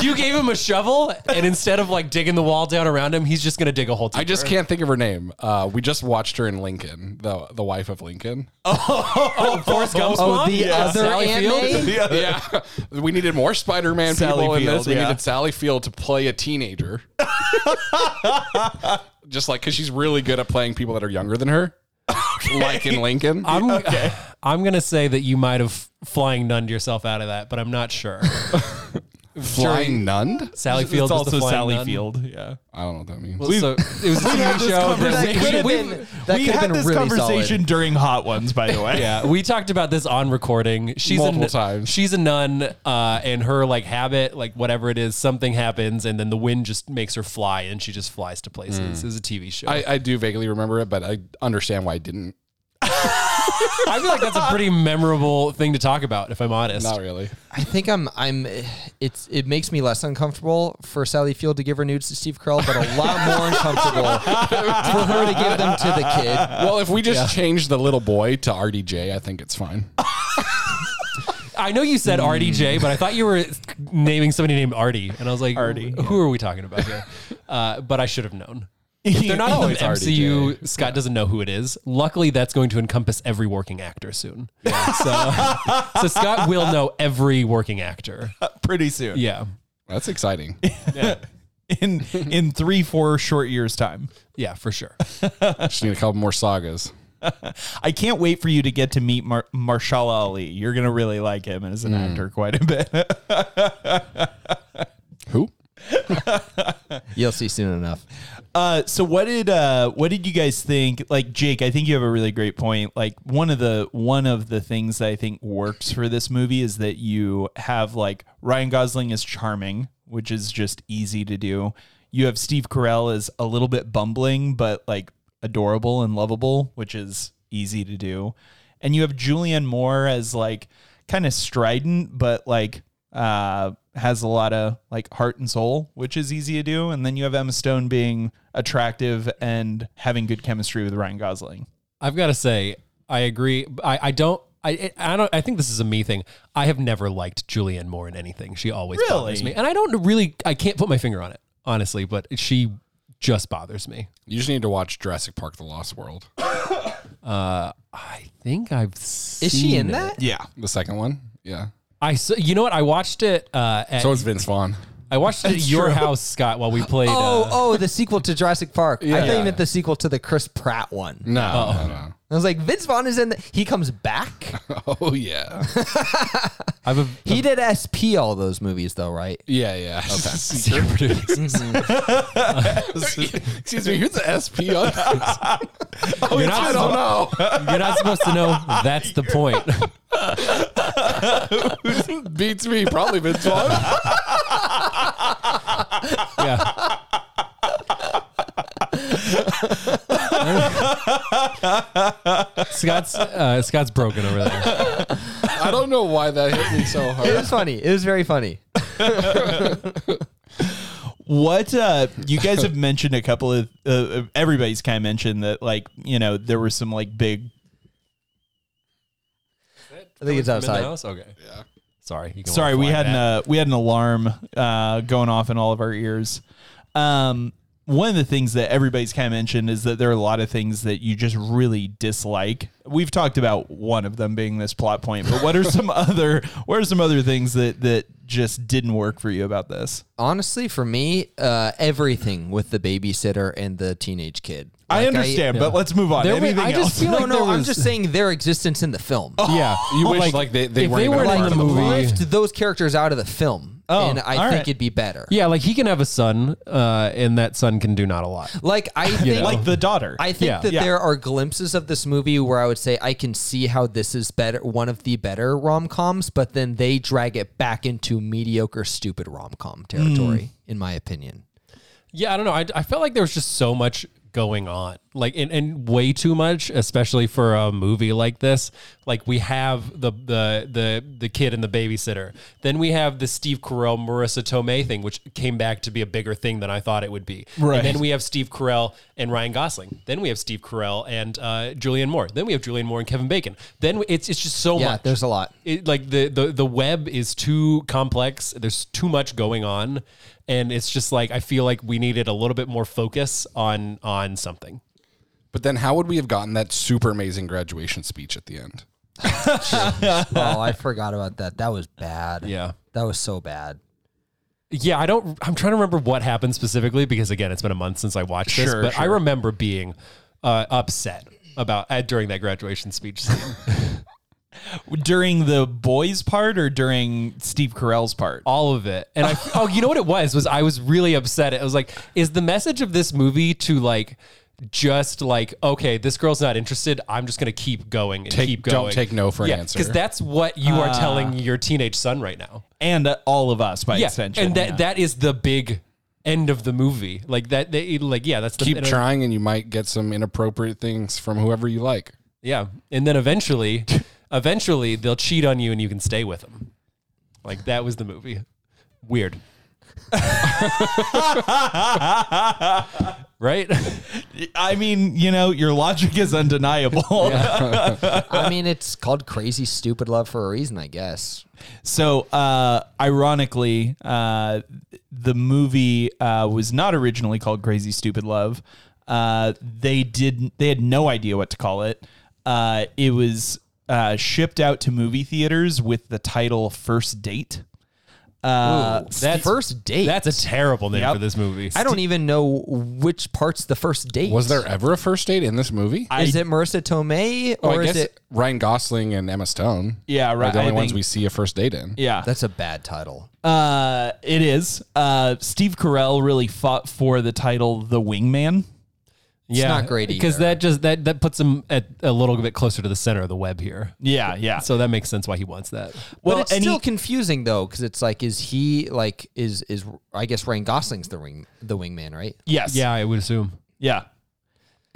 Speaker 5: You gave him a shovel and instead of like digging the wall down around him, he's just going to dig a hole deeper.
Speaker 6: I just can't think of her name. Uh, we just watched her in Lincoln, the the wife of Lincoln.
Speaker 5: oh, Forrest Gump's
Speaker 4: Oh,
Speaker 5: mom?
Speaker 4: the other
Speaker 5: Sally
Speaker 4: Aunt
Speaker 5: Field?
Speaker 4: May?
Speaker 3: Yeah.
Speaker 6: Yeah, we needed more Spider-Man
Speaker 3: Sally
Speaker 6: people in
Speaker 3: Field,
Speaker 6: this. We
Speaker 3: yeah.
Speaker 6: needed Sally Field to play a teenager, just like because she's really good at playing people that are younger than her, like in Lincoln.
Speaker 5: I'm, I'm going to say that you might have flying nunned yourself out of that, but I'm not sure.
Speaker 6: Flying nunned?
Speaker 5: Sally
Speaker 3: It's
Speaker 5: Field was the
Speaker 3: also
Speaker 5: flying
Speaker 3: Sally
Speaker 5: nun.
Speaker 3: Field. Yeah.
Speaker 6: I don't know what that means.
Speaker 5: Well, so it was a TV show.
Speaker 3: That
Speaker 5: that-
Speaker 3: could have
Speaker 4: we-
Speaker 3: been-
Speaker 4: that
Speaker 3: we
Speaker 4: could have
Speaker 3: had
Speaker 4: been
Speaker 3: this
Speaker 4: really
Speaker 3: conversation
Speaker 4: solid.
Speaker 3: during Hot Ones, by the way.
Speaker 5: Yeah, we talked about this on recording. She's a,
Speaker 6: Multiple
Speaker 5: nun-
Speaker 6: times.
Speaker 5: She's a nun, uh, and her like habit, like whatever it is, something happens, and then the wind just makes her fly, and she just flies to places. It's a TV show. I,
Speaker 6: Hmm. I, I do vaguely remember it, but I understand why I didn't.
Speaker 5: feel like that's a pretty memorable thing to talk about, if I'm honest.
Speaker 6: Not really.
Speaker 4: I think I'm. I'm. It's. It makes me less uncomfortable for Sally Field to give her nudes to Steve Carell, but a lot more uncomfortable for her to give them to the kid.
Speaker 6: Well, if we just change the little boy to RDJ, I think it's fine.
Speaker 5: I know you said RDJ, but I thought you were naming somebody named Artie, and I was like, Artie, who are we talking about here? Uh, but I should have known. If they're not in the MCU. Scott doesn't know who it is. Luckily, that's going to encompass every working actor soon. So, so Scott will know every working actor.
Speaker 3: Pretty soon.
Speaker 5: Yeah,
Speaker 6: That's exciting.
Speaker 3: In in three, four short years time.
Speaker 5: yeah, for sure.
Speaker 6: Just need a couple more sagas.
Speaker 3: I can't wait for you to get to meet Mar- Marshall Ali. You're gonna really like him as an actor quite a bit.
Speaker 6: Who?
Speaker 4: You'll see soon enough.
Speaker 3: Uh, so what did uh, what did you guys think? Like Jake, I think you have a really great point. Like one of the one of the things that I think works for this movie is that you have like Ryan Gosling is charming, which is just easy to do. You have Steve Carell is a little bit bumbling, but like adorable and lovable, which is easy to do. And you have Julianne Moore as like kind of strident, but like uh, has a lot of like heart and soul, which is easy to do. And then you have Emma Stone being attractive and having good chemistry with Ryan Gosling.
Speaker 5: I've got to say, I agree. I, I don't. I I- I don't. I think this is a me thing. I have never liked Julianne Moore in anything. She always
Speaker 3: Really?
Speaker 5: bothers me, and I don't really. I can't put my finger on it honestly, but she just bothers me.
Speaker 6: You just need to watch Jurassic Park: The Lost World,
Speaker 5: I think I've. Seen
Speaker 4: Is she in
Speaker 5: it.
Speaker 4: that?
Speaker 3: Yeah.
Speaker 6: the second one. Yeah.
Speaker 5: I. s- You know what? I watched it. Uh, at,
Speaker 6: So it's Vince Vaughn.
Speaker 5: I watched it at your
Speaker 3: true.
Speaker 5: house, Scott, while we played.
Speaker 4: Oh,
Speaker 5: uh,
Speaker 4: oh, the sequel to Jurassic Park. I thought
Speaker 6: Yeah.
Speaker 4: you meant the sequel to the Chris Pratt one.
Speaker 6: No, no,
Speaker 4: I was like, Vince Vaughn is in. The, he comes back.
Speaker 6: no. Oh yeah,
Speaker 5: I've a,
Speaker 4: He did SP all those movies though, right?
Speaker 6: yeah, yeah. Excuse me, who's the SP on that?
Speaker 5: you're, not
Speaker 6: I don't
Speaker 5: supposed,
Speaker 6: know.
Speaker 5: you're not supposed to know. That's the point.
Speaker 6: Beats me, probably Vince Vaughn.
Speaker 5: yeah. Scott's uh, Scott's broken over there.
Speaker 6: I don't know why that hit me so
Speaker 4: It
Speaker 6: hard.
Speaker 4: was funny. It was very funny.
Speaker 3: What uh you guys have mentioned a couple of uh, everybody's kind of mentioned that like, you know, there were some like big
Speaker 4: I think it's outside.
Speaker 5: Okay. Yeah. Sorry. you can
Speaker 3: Sorry,
Speaker 5: walk
Speaker 3: we
Speaker 5: like
Speaker 3: had an
Speaker 5: that.
Speaker 3: uh, we had an alarm uh, going off in all of our ears. Um, one of the things that everybody's kind of mentioned is that there are a lot of things that you just really dislike. We've talked about one of them being this plot point, but what are some other what are some other things that that just didn't work for you about this?
Speaker 4: Honestly, for me, uh, everything with the babysitter and the teenage kid.
Speaker 3: I
Speaker 4: Like,
Speaker 3: understand, but let's move on.
Speaker 5: There were-
Speaker 3: Anything
Speaker 5: I
Speaker 3: else?
Speaker 5: just feel
Speaker 4: no,
Speaker 5: like
Speaker 4: no,
Speaker 5: there
Speaker 4: I'm
Speaker 5: was-
Speaker 4: just saying their existence in the film.
Speaker 5: yeah.
Speaker 6: You wish, like, they- they
Speaker 5: if
Speaker 6: weren't
Speaker 5: they
Speaker 6: even
Speaker 5: weren't
Speaker 6: part
Speaker 5: in
Speaker 4: like
Speaker 5: the
Speaker 6: of the
Speaker 5: movie.
Speaker 4: lift those characters out of the film,
Speaker 3: Oh,
Speaker 4: and I
Speaker 3: all
Speaker 4: think
Speaker 3: right.
Speaker 4: it'd be better.
Speaker 5: Yeah, like he can have a son, uh, and that son can do not a lot.
Speaker 4: Like I think,
Speaker 3: like the daughter.
Speaker 4: I think
Speaker 5: Yeah.
Speaker 4: that
Speaker 3: Yeah.
Speaker 4: there are glimpses of this movie where I would say I can see how this is better, one of the better rom coms, but then they drag it back into mediocre, stupid rom com territory,
Speaker 5: Hmm.
Speaker 4: in my opinion.
Speaker 5: Yeah, I don't know. I, I felt like there was just so much going on, like and, and way too much, especially for a movie like this. Like we have the the the the kid and the babysitter, then we have the Steve Carell Marissa Tomei thing, which came back to be a bigger thing than I thought it would be.
Speaker 3: Right.
Speaker 5: And then we have Steve Carell and Ryan Gosling. Then we have Steve Carell and uh, Julianne Moore. Then we have Julianne Moore and Kevin Bacon. Then we, it's it's just so
Speaker 4: yeah,
Speaker 5: much
Speaker 4: there's a lot.
Speaker 5: it, like the, the the web is too complex. There's too much going on, and it's just like I feel like we needed a little bit more focus on on something.
Speaker 6: But then, how would we have gotten that super amazing graduation speech at the end?
Speaker 4: oh, I forgot about that. That was bad.
Speaker 5: Yeah.
Speaker 4: That was so bad.
Speaker 5: Yeah, I don't. I'm trying to remember what happened specifically because again, it's been a month since I watched this,
Speaker 3: Sure,
Speaker 5: but I
Speaker 3: sure.
Speaker 5: remember being uh, upset about uh, during that graduation speech. Scene.
Speaker 3: during the boys' part or during Steve Carell's part.
Speaker 5: all of it. And I oh, you know what it was was I was really upset. It was like, is the message of this movie to like just like okay, this girl's not interested. I'm just gonna keep going and
Speaker 6: Take-
Speaker 5: keep
Speaker 6: don't
Speaker 5: going.
Speaker 6: take no for an answer. Ah.
Speaker 5: because that's what you are telling your teenage son right now.
Speaker 3: And uh, all of us by
Speaker 5: Yeah,
Speaker 3: extension.
Speaker 5: and that
Speaker 3: yeah.
Speaker 5: that is the big end of the movie. Like that, they like yeah, that's the
Speaker 6: Keep
Speaker 5: and, uh,
Speaker 6: trying, and you might get some inappropriate things from whoever you like.
Speaker 5: Yeah, and then eventually, eventually they'll cheat on you and you can stay with them. Like that was the movie. Weird. right?
Speaker 3: I mean, you know, your logic is undeniable.
Speaker 4: I mean, it's called Crazy Stupid Love for a reason, I guess.
Speaker 3: So, uh, ironically, uh, the movie uh, was not originally called Crazy Stupid Love. Uh, they did they had no idea what to call it. Uh, it was uh, shipped out to movie theaters with the title First Date. Uh,
Speaker 5: That's
Speaker 4: first date.
Speaker 5: That's a terrible name
Speaker 3: Yep.
Speaker 5: for this movie.
Speaker 4: I don't even know which part's the first date.
Speaker 6: Was there ever a first date in this movie?
Speaker 4: Is it Marissa Tomei
Speaker 6: Oh,
Speaker 4: or
Speaker 6: I
Speaker 4: is
Speaker 6: guess
Speaker 4: it?
Speaker 6: Ryan Gosling and Emma Stone.
Speaker 3: Yeah,
Speaker 6: are
Speaker 3: right,
Speaker 6: The only
Speaker 3: I
Speaker 6: ones
Speaker 3: think-
Speaker 6: we see a first date in.
Speaker 3: yeah,
Speaker 4: That's a bad title.
Speaker 3: uh, it is. Uh, Steve Carell really fought for the title The Wingman.
Speaker 5: yeah,
Speaker 4: not great
Speaker 5: because
Speaker 4: either.
Speaker 5: that just that that puts him at a little bit closer to the center of the web here.
Speaker 3: Yeah, yeah.
Speaker 5: So that makes sense why he wants that.
Speaker 4: Well,
Speaker 3: Well,
Speaker 4: it's
Speaker 3: and
Speaker 4: still
Speaker 3: he-
Speaker 4: confusing though, because it's like, is he like is is I guess Ryan Gosling's the wing the wingman, right?
Speaker 3: yes,
Speaker 5: Yeah, I would assume.
Speaker 3: Yeah.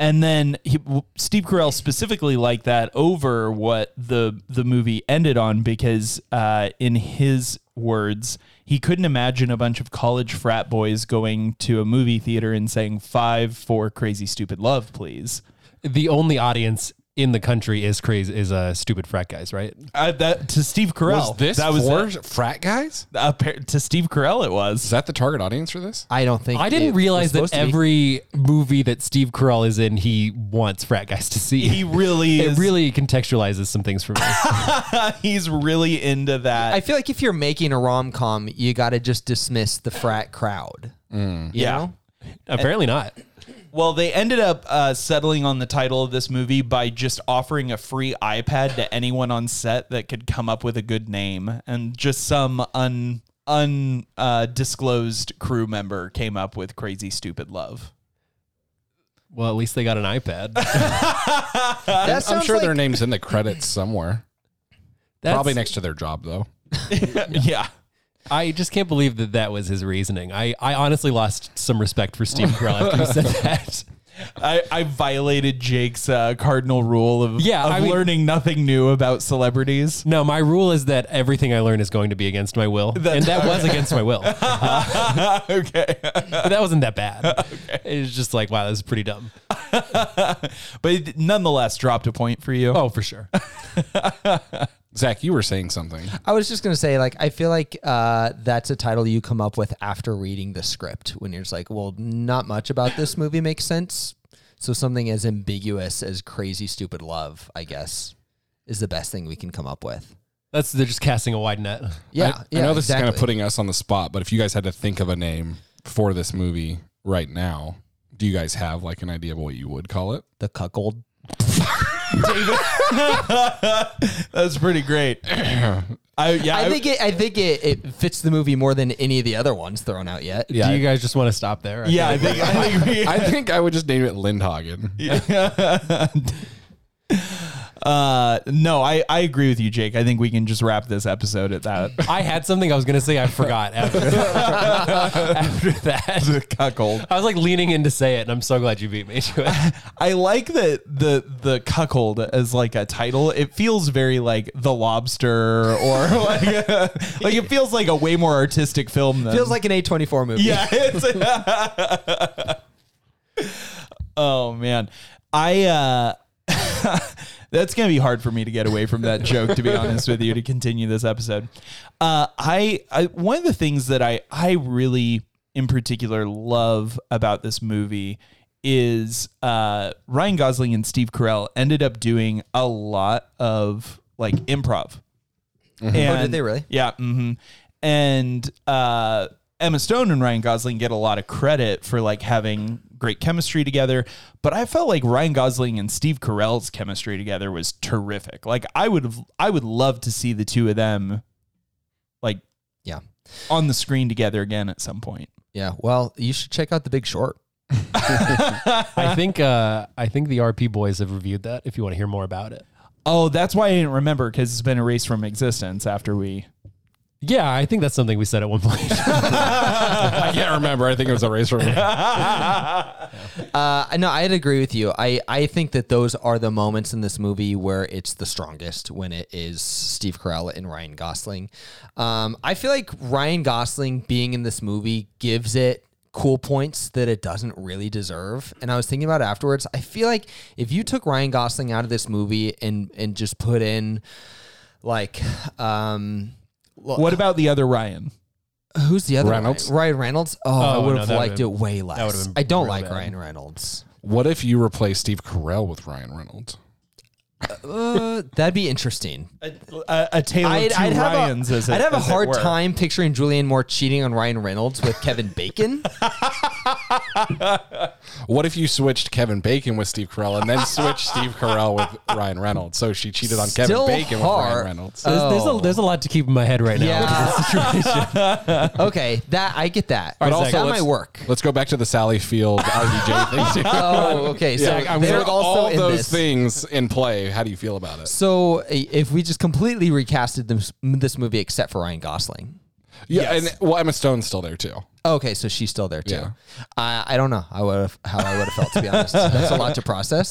Speaker 3: And then he, w- Steve Carell specifically liked that over what the the movie ended on because, uh, in his words, he couldn't imagine a bunch of college frat boys going to a movie theater and saying five for Crazy Stupid Love, please.
Speaker 5: The only audience in the country is crazy is uh, stupid frat guys, right?
Speaker 3: Uh, that to Steve Carell.
Speaker 6: Was this
Speaker 3: that was
Speaker 6: for
Speaker 3: it.
Speaker 6: frat guys?
Speaker 3: Uh, par- to Steve Carell. It
Speaker 6: Is
Speaker 3: was.
Speaker 6: that the target audience for this?
Speaker 4: I don't think
Speaker 5: I didn't
Speaker 4: it was
Speaker 5: realize that
Speaker 4: supposed to be.
Speaker 5: every movie that Steve Carell is in, he wants frat guys to see.
Speaker 3: He really
Speaker 5: it
Speaker 3: is.
Speaker 5: really contextualizes some things for me.
Speaker 3: he's really into that.
Speaker 4: I feel like if you're making a rom com, you got to just dismiss the frat crowd. You
Speaker 3: Yeah.
Speaker 4: know?
Speaker 5: Apparently not.
Speaker 3: Well, they ended up uh, settling on the title of this movie by just offering a free iPad to anyone on set that could come up with a good name, and just some un undisclosed uh, disclosed crew member came up with "Crazy Stupid Love."
Speaker 5: Well, at least they got an iPad.
Speaker 4: That
Speaker 6: I'm
Speaker 4: sounds
Speaker 6: sure
Speaker 4: like,
Speaker 6: their name's in the credits somewhere.
Speaker 5: That's-
Speaker 6: Probably next to their job though.
Speaker 3: yeah.
Speaker 5: I just can't believe that that was his reasoning. I, I honestly lost some respect for Steve Carell after he said that.
Speaker 3: I, I violated Jake's uh, cardinal rule of,
Speaker 5: Yeah,
Speaker 3: of
Speaker 5: I mean-
Speaker 3: learning nothing new about celebrities.
Speaker 5: No, my rule is that everything I learn is going to be against my will, and that was against my will.
Speaker 3: okay.
Speaker 5: But that wasn't that bad. It was just like, wow, that was pretty dumb.
Speaker 3: But it nonetheless dropped a point for you.
Speaker 5: Oh, for sure.
Speaker 6: Zach, you were saying something.
Speaker 4: I was just gonna say, like, I feel like uh, that's a title you come up with after reading the script when you're just like, well, not much about this movie makes sense. So something as ambiguous as crazy stupid love, I guess, is the best thing we can come up with.
Speaker 5: That's they're just casting a wide net.
Speaker 4: Yeah,
Speaker 6: I,
Speaker 4: yeah,
Speaker 6: I know this is kind of
Speaker 4: exactly.
Speaker 6: putting us on the spot, but if you guys had to think of a name for this movie right now, do you guys have like an idea of what you would call it?
Speaker 4: the cuckold.
Speaker 3: That's pretty great. I yeah.
Speaker 4: I think it. I think it, it fits the movie more than any of the other ones thrown out yet.
Speaker 6: Yeah.
Speaker 5: Do you guys just want to stop there? I
Speaker 3: yeah. I think I think we,
Speaker 6: I think I would just name it Lindhagen.
Speaker 3: uh, no, I, I agree with you, Jake. I think we can just wrap this episode at that.
Speaker 5: feel- I had something I was gonna say. I forgot after, after that.
Speaker 3: cuckold.
Speaker 5: I was like leaning in to say it, and I'm so glad you beat me to it.
Speaker 3: I like that the the cuckold as like a title. It feels very like the lobster or like like it feels like a way more artistic film. Than,
Speaker 4: Feels like an A twenty four movie.
Speaker 3: yeah. It's, oh man, I. uh That's gonna be hard for me to get away from that joke, to be honest with you, to continue this episode. Uh, I, I one of the things that I I really in particular love about this movie is uh, Ryan Gosling and Steve Carell ended up doing a lot of like improv. And,
Speaker 4: Oh, did they really?
Speaker 3: Yeah. hmm And uh, Emma Stone and Ryan Gosling get a lot of credit for like having great chemistry together. But I felt like Ryan Gosling and Steve Carell's chemistry together was terrific. Like I would have, I would love to see the two of them like
Speaker 4: yeah,
Speaker 3: on the screen together again at some point.
Speaker 4: yeah. Well, you should check out The Big Short.
Speaker 5: I think uh, I think the RP boys have reviewed that. If you want to hear more about it,
Speaker 3: Oh, that's why I didn't remember because it's been erased from existence after we.
Speaker 5: yeah, I think that's something we said at one point.
Speaker 6: I can't remember. I think it was a race for me.
Speaker 4: Uh, no, I'd agree with you. I, I think that those are the moments in this movie where it's the strongest when it is Steve Carell and Ryan Gosling. Um, I feel like Ryan Gosling being in this movie gives it cool points that it doesn't really deserve. And I was thinking about it afterwards. I feel like if you took Ryan Gosling out of this movie and and just put in like um
Speaker 3: What about the other Ryan?
Speaker 4: who's the other
Speaker 6: Reynolds?
Speaker 4: Ryan, Ryan Reynolds? Oh, I
Speaker 5: Oh,
Speaker 4: would
Speaker 5: no,
Speaker 4: have
Speaker 5: that
Speaker 4: liked
Speaker 5: would've
Speaker 4: it way
Speaker 5: would've
Speaker 4: less.
Speaker 5: been
Speaker 4: I don't
Speaker 5: real
Speaker 4: like
Speaker 5: bad.
Speaker 4: Ryan Reynolds.
Speaker 6: What if you replace Steve Carell with Ryan Reynolds?
Speaker 4: Uh, that'd be interesting.
Speaker 3: A, a, a tale of
Speaker 4: I'd,
Speaker 3: 2
Speaker 4: I'd have
Speaker 3: Ryans.
Speaker 4: a,
Speaker 3: as it-
Speaker 4: I'd have a
Speaker 3: as it
Speaker 4: hard
Speaker 3: were.
Speaker 4: time picturing Julianne Moore cheating on Ryan Reynolds with Kevin Bacon.
Speaker 6: What if you switched Kevin Bacon with Steve Carell and then switched Steve Carell with Ryan Reynolds? So she cheated on Kevin
Speaker 4: Still
Speaker 6: Bacon with Ryan
Speaker 4: hard. Uh,
Speaker 6: Reynolds.
Speaker 5: there's, there's
Speaker 6: Oh.
Speaker 5: a, there's a lot to keep in my head right now.
Speaker 4: Yeah.
Speaker 5: situation.
Speaker 4: okay, that I get that.
Speaker 6: But also,
Speaker 4: that
Speaker 6: let's-
Speaker 4: might work.
Speaker 6: Let's go back to the Sally Field RDJ thing. Too.
Speaker 4: Oh, okay. So
Speaker 6: Yeah,
Speaker 4: they're
Speaker 6: with
Speaker 4: also
Speaker 6: all
Speaker 4: in
Speaker 6: those
Speaker 4: this.
Speaker 6: things in play. How do you feel about it?
Speaker 4: So i- if we just completely recasted this, this movie except for Ryan Gosling.
Speaker 6: Yeah, and well, Emma Stone's still there too.
Speaker 4: Okay, so she's still there too.
Speaker 6: Yeah.
Speaker 4: I, I don't know how I would have, how I would have felt to be honest. That's a lot to process.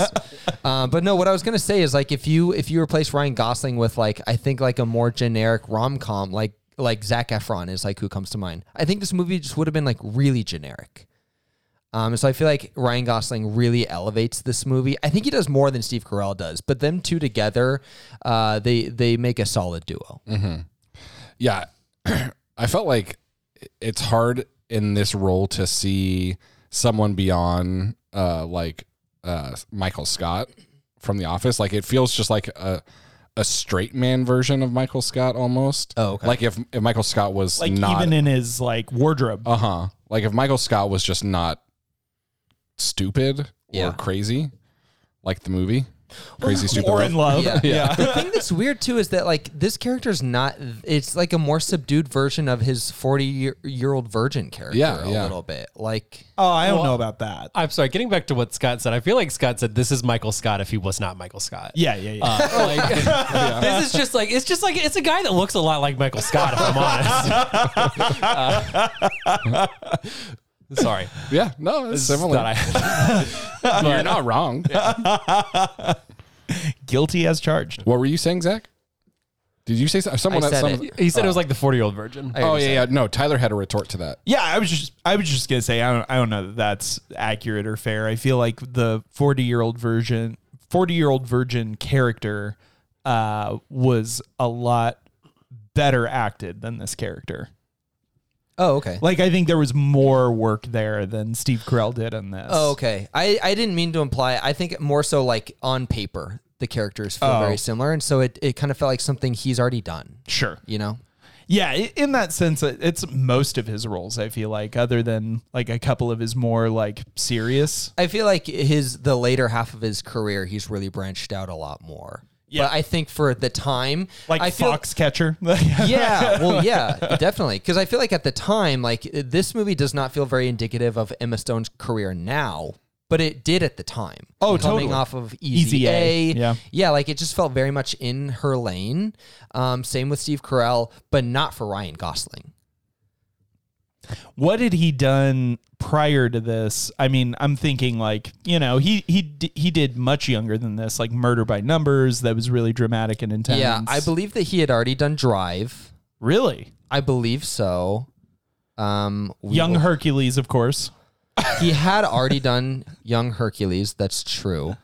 Speaker 4: Uh, but no, what I was gonna say is like if you if you replace Ryan Gosling with like I think like a more generic rom com like like Zach Efron is like who comes to mind. I think this movie just would have been like really generic. Um, and so I feel like Ryan Gosling really elevates this movie. I think he does more than Steve Carell does, but them two together, uh, they they make a solid duo.
Speaker 6: yeah, I felt like it's hard in this role to see someone beyond uh, like uh, Michael Scott from The Office. Like it feels just like a a straight man version of Michael Scott almost.
Speaker 4: Oh, okay.
Speaker 6: like if, if Michael Scott was
Speaker 3: Like
Speaker 6: not
Speaker 3: even in his like wardrobe.
Speaker 6: uh huh. Like if Michael Scott was just not stupid
Speaker 4: Yeah.
Speaker 6: or crazy, like the movie, crazy stupid.
Speaker 3: or
Speaker 6: Love.
Speaker 3: in love.
Speaker 4: Yeah.
Speaker 3: Yeah.
Speaker 4: the thing that's weird too is that like this character's not. It's like a more subdued version of his forty year, year old virgin character.
Speaker 6: Yeah,
Speaker 4: a
Speaker 6: yeah.
Speaker 4: little bit. Like
Speaker 3: Oh, I don't know about that.
Speaker 5: I'm sorry. Getting back to what Scott said, I feel like Scott said this is Michael Scott if he was not Michael Scott.
Speaker 3: Yeah, yeah, yeah.
Speaker 5: Uh, like, This is just like it's just like it's a guy that looks a lot like Michael Scott. If I'm honest. Uh, sorry,
Speaker 6: Yeah, no, it's similar.
Speaker 5: Thought I-
Speaker 6: You're not wrong.
Speaker 3: Guilty as charged.
Speaker 6: What were you saying, Zach? Did you say so- someone?
Speaker 4: I
Speaker 6: that-
Speaker 4: said
Speaker 6: someone-
Speaker 4: it.
Speaker 5: he said it was like the 40 year old virgin.
Speaker 6: Oh yeah, yeah. No, Tyler had a retort to that.
Speaker 3: Yeah, I was just I was just gonna say I don't I don't know that that's accurate or fair. I feel like the forty year old version forty year old virgin character uh, was a lot better acted than this character.
Speaker 4: oh okay.
Speaker 3: Like I think there was more work there than Steve Carell did in this.
Speaker 4: Oh, okay. I, I didn't mean to imply. I think more so like on paper, the characters feel
Speaker 3: Oh.
Speaker 4: very similar, and so it, it kind of felt like something he's already done.
Speaker 3: sure.
Speaker 4: You know?
Speaker 3: Yeah, i- in that sense, it- it's most of his roles. I feel like, other than like a couple of his more like serious.
Speaker 4: I feel like his the later half of his career, he's really branched out a lot more.
Speaker 3: Yeah.
Speaker 4: But I think for the time,
Speaker 3: Like
Speaker 4: I feel,
Speaker 3: Foxcatcher.
Speaker 4: yeah, well, yeah, definitely. Because I feel like at the time, like this movie does not feel very indicative of Emma Stone's career now, but it did at the time.
Speaker 3: Oh,
Speaker 4: coming
Speaker 3: totally.
Speaker 4: off of Easy,
Speaker 3: Easy A,
Speaker 4: A,
Speaker 3: yeah.
Speaker 4: yeah, like it just felt very much in her lane. Um, same with Steve Carell, but not for Ryan Gosling.
Speaker 3: what had he done prior to this? I mean, I'm thinking like you know he he d- he did much younger than this, like Murder by Numbers, that was really dramatic and intense.
Speaker 4: Yeah, I believe that he had already done Drive.
Speaker 3: really
Speaker 4: I believe so. Um, we
Speaker 3: young
Speaker 4: will-
Speaker 3: Hercules, of course.
Speaker 4: he had already done Young Hercules. That's true.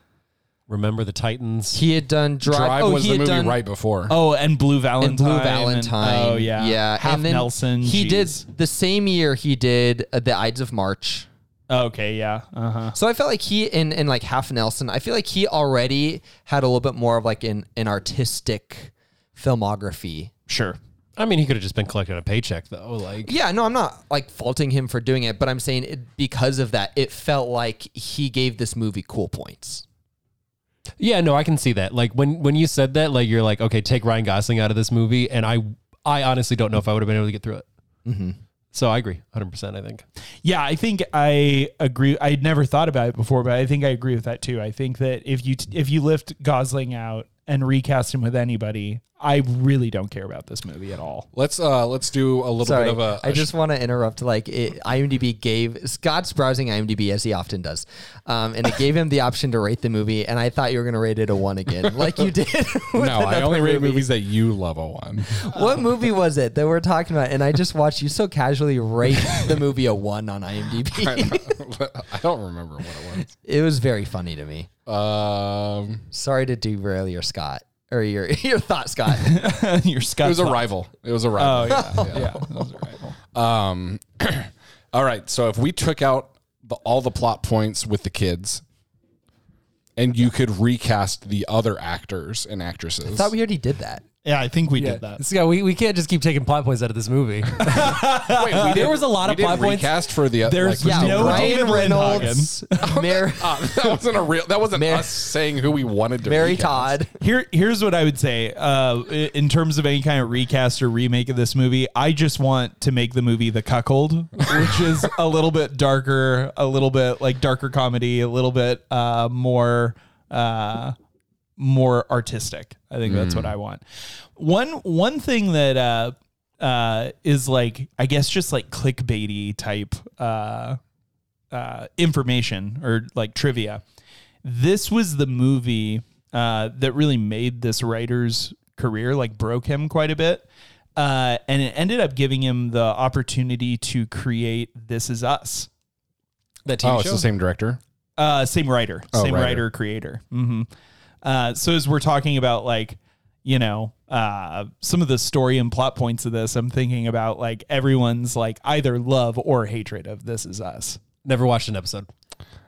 Speaker 5: Remember the Titans?
Speaker 4: He had done Drive.
Speaker 6: Drive
Speaker 4: oh,
Speaker 6: was
Speaker 4: he
Speaker 6: the
Speaker 4: had
Speaker 6: movie
Speaker 4: done,
Speaker 6: right before.
Speaker 3: Oh, and Blue Valentine.
Speaker 4: and Blue Valentine.
Speaker 3: oh yeah,
Speaker 4: yeah.
Speaker 3: Half
Speaker 4: and then
Speaker 3: Nelson.
Speaker 4: He
Speaker 3: jeez.
Speaker 4: did the same year he did uh, the Ides of March.
Speaker 3: Okay, yeah. Uh huh.
Speaker 4: So I felt like he in in like Half Nelson. I feel like he already had a little bit more of like an an artistic filmography.
Speaker 3: Sure.
Speaker 5: I mean, he could have just been collecting a paycheck though. Like,
Speaker 4: Yeah, no, I'm not like faulting him for doing it, but I'm saying it, because of that, it felt like he gave this movie cool points.
Speaker 5: yeah, no, I can see that. Like when when you said that, like you're like, okay, take Ryan Gosling out of this movie, and I I honestly don't know if I would have been able to get through it.
Speaker 6: Mm-hmm.
Speaker 5: So I agree, 100. percent I think.
Speaker 3: Yeah, I think I agree. I'd never thought about it before, but I think I agree with that too. I think that if you if you lift Gosling out and recast him with anybody, I really don't care about this movie at all.
Speaker 6: Let's uh let's do a little
Speaker 4: Sorry,
Speaker 6: bit of a.
Speaker 4: I just want to interrupt. Like, it, IMDb gave Scott's browsing IMDb as he often does, um, and it gave him the option to rate the movie. And I thought you were going to rate it a one again, like you did.
Speaker 6: no.
Speaker 4: with
Speaker 6: I
Speaker 4: another
Speaker 6: only rate
Speaker 4: movie.
Speaker 6: movies that you love a one.
Speaker 4: What movie was it that we're talking about? And I just watched you so casually rate the movie a one on IMDb.
Speaker 6: I don't remember what it
Speaker 4: it was very funny to me.
Speaker 6: was. Um,
Speaker 4: Sorry to derail your Scott or your your thought, Scott.
Speaker 3: Your Scott.
Speaker 6: it was a rival. It was a rival.
Speaker 3: Oh,
Speaker 6: yeah, yeah, it was a rival. Um, all right. So if we took out the, all the plot points with the kids, and you could recast the other actors and actresses,
Speaker 4: thought we already did that.
Speaker 3: Yeah, I think we did that.
Speaker 5: So yeah, we, we can't just keep taking plot points out of this movie. there was a lot
Speaker 6: we
Speaker 5: of plot
Speaker 6: did
Speaker 5: points.
Speaker 6: recast for the
Speaker 3: There's
Speaker 6: like,
Speaker 3: no
Speaker 4: Ryan
Speaker 3: David
Speaker 4: Reynolds,
Speaker 3: Reynolds.
Speaker 4: Mary,
Speaker 6: that wasn't a real. That wasn't
Speaker 4: Mary-
Speaker 6: us saying who we wanted to.
Speaker 4: Mary
Speaker 6: recast.
Speaker 4: Todd.
Speaker 3: Here, here's what I would say. Uh, i- in terms of any kind of recast or remake of this movie, I just want to make the movie The Cuckold, which is a little bit darker, a little bit like darker comedy, a little bit uh, more uh, more artistic. I think that's what I want. One one thing that uh, uh, is like I guess just like clickbaity type uh, uh, information or like trivia. This was the movie uh, that really made this writer's career, like broke him quite a bit. Uh, and it ended up giving him the opportunity to create This Is Us
Speaker 5: That TV
Speaker 6: Oh, it's
Speaker 5: show.
Speaker 6: the same director.
Speaker 3: Uh, same writer,
Speaker 6: Oh,
Speaker 3: same writer,
Speaker 6: writer.
Speaker 3: creator. hmm Uh, so as we're talking about like, you know, uh, some of the story and plot points of this, I'm thinking about like everyone's like either love or hatred of This Is Us.
Speaker 5: Never watched an episode.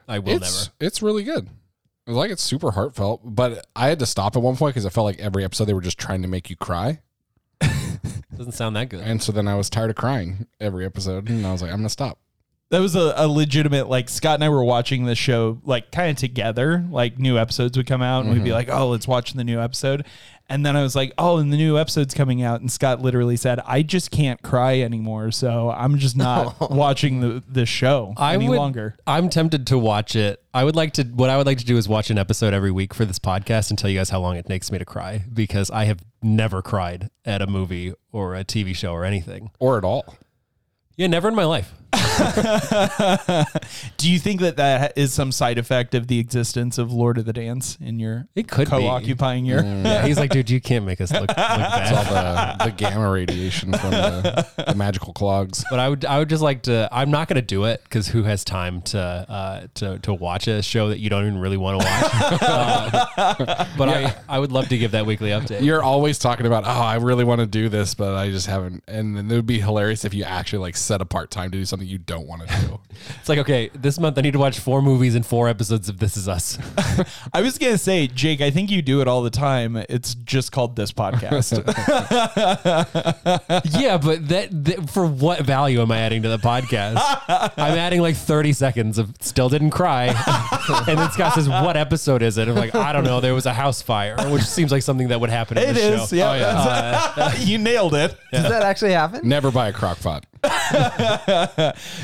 Speaker 5: I will
Speaker 6: it's it's really good. It's like it's super heartfelt, but I had to stop at one point because I felt like every episode they were just trying to make you cry,
Speaker 5: never. Doesn't sound that good.
Speaker 6: and so then I was tired of crying every episode, and I was like, I'm gonna stop.
Speaker 3: That was a, a legitimate like Scott and I were watching this show like kind of together. Like new episodes would come out and we'd be like,
Speaker 5: Mm-hmm.
Speaker 3: "Oh, let's watch the new episode." And then I was like, "Oh, and the new episode's coming out." And Scott literally said, "I just can't cry anymore, so I'm just not watching the the show
Speaker 5: Oh. I
Speaker 3: any
Speaker 5: would,
Speaker 3: longer."
Speaker 5: I'm tempted to watch it. I would like to. What I would like to do is watch an episode every week for this podcast and tell you guys how long it takes me to cry because I have never cried at a movie or a TV show or anything.
Speaker 6: Or at all.
Speaker 5: Yeah, never in my life.
Speaker 3: Do you think that that is some side effect of the existence of Lord of the Dance in your
Speaker 5: It could be.
Speaker 3: co-occupying your?
Speaker 5: Yeah, he's like, dude, you can't make us look, look bad.
Speaker 6: Mm. All the, the gamma radiation from the, the magical clogs.
Speaker 5: But I would, I would just like to. I'm not gonna do it because who has time to, uh, to, to watch a show that you don't even really want to watch? Uh, but I, I would love to give that weekly update.
Speaker 6: You're always talking about, oh, I really want to do this, but I just haven't. And then it would be hilarious if you actually like set apart time to do something you don't want to do.
Speaker 5: It's like, okay, this month I need to watch four movies and four episodes of This Is Us.
Speaker 3: I was gonna say, Jake, I think you do it all the time. It's just called this podcast.
Speaker 5: yeah, but that, that for what value am I adding to the podcast? I'm adding like 30 seconds of still didn't cry, and then Scott says, "What episode is it?" I'm like, I don't know. There was a house fire, which seems like something that would happen. In
Speaker 3: it
Speaker 5: this
Speaker 3: is,
Speaker 5: show. Oh,
Speaker 3: yeah. you nailed it.
Speaker 4: Does that actually happen?
Speaker 6: Never buy a crock pot.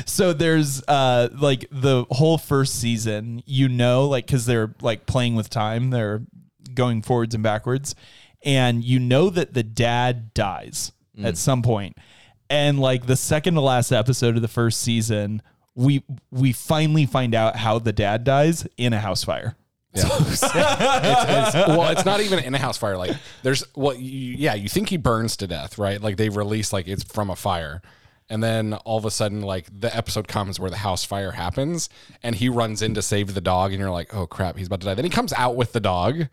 Speaker 3: So there's uh like the whole first season, you know, like because they're like playing with time, they're going forwards and backwards, and you know that the dad dies
Speaker 5: Mm.
Speaker 3: at some point, and like the second to last episode of the first season, we we finally find out how the dad dies in a house fire.
Speaker 6: It's- well, it's not even in a house fire. Like there's well, you, yeah, you think he burns to death, right? Like they release like it's from a fire, and then all of a sudden, like the episode comes where the house fire happens, and he runs in to save the dog, and you're like, oh crap, he's about to die. Then he comes out with the dog.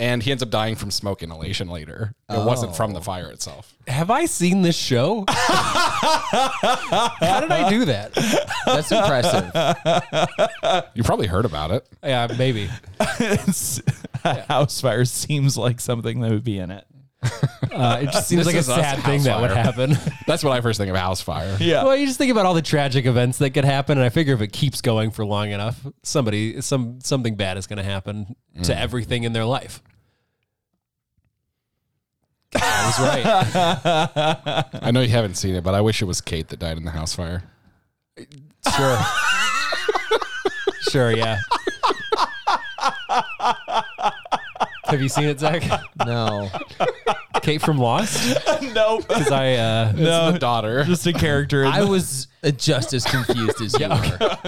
Speaker 6: And he ends up dying from smoke inhalation later. It wasn't from the fire itself.
Speaker 5: Have I seen this show? How did I do that?
Speaker 4: That's impressive.
Speaker 6: You probably heard about it.
Speaker 5: Oh, Yeah, maybe.
Speaker 3: It's- a house fire seems like something that would be in it.
Speaker 5: Uh, it just seems
Speaker 6: This
Speaker 5: like a
Speaker 6: is us,
Speaker 5: sad thing
Speaker 6: house
Speaker 5: that would
Speaker 6: fire.
Speaker 5: happen.
Speaker 6: That's what I first think of house fire.
Speaker 3: Yeah.
Speaker 5: Well, you just think about all the tragic events that could happen, and I figure if it keeps going for long enough, somebody, some something bad is going to happen to everything in their life. I was right.
Speaker 6: I know you haven't seen it, but I wish it was Kate that died in the house fire.
Speaker 5: sure. sure. Yeah. Have you seen it, Zach?
Speaker 4: No.
Speaker 5: Kate from Lost?
Speaker 3: nope.
Speaker 5: Because I uh,
Speaker 6: It's the daughter.
Speaker 3: Just a character. in
Speaker 4: I was uh, just as confused as you were. I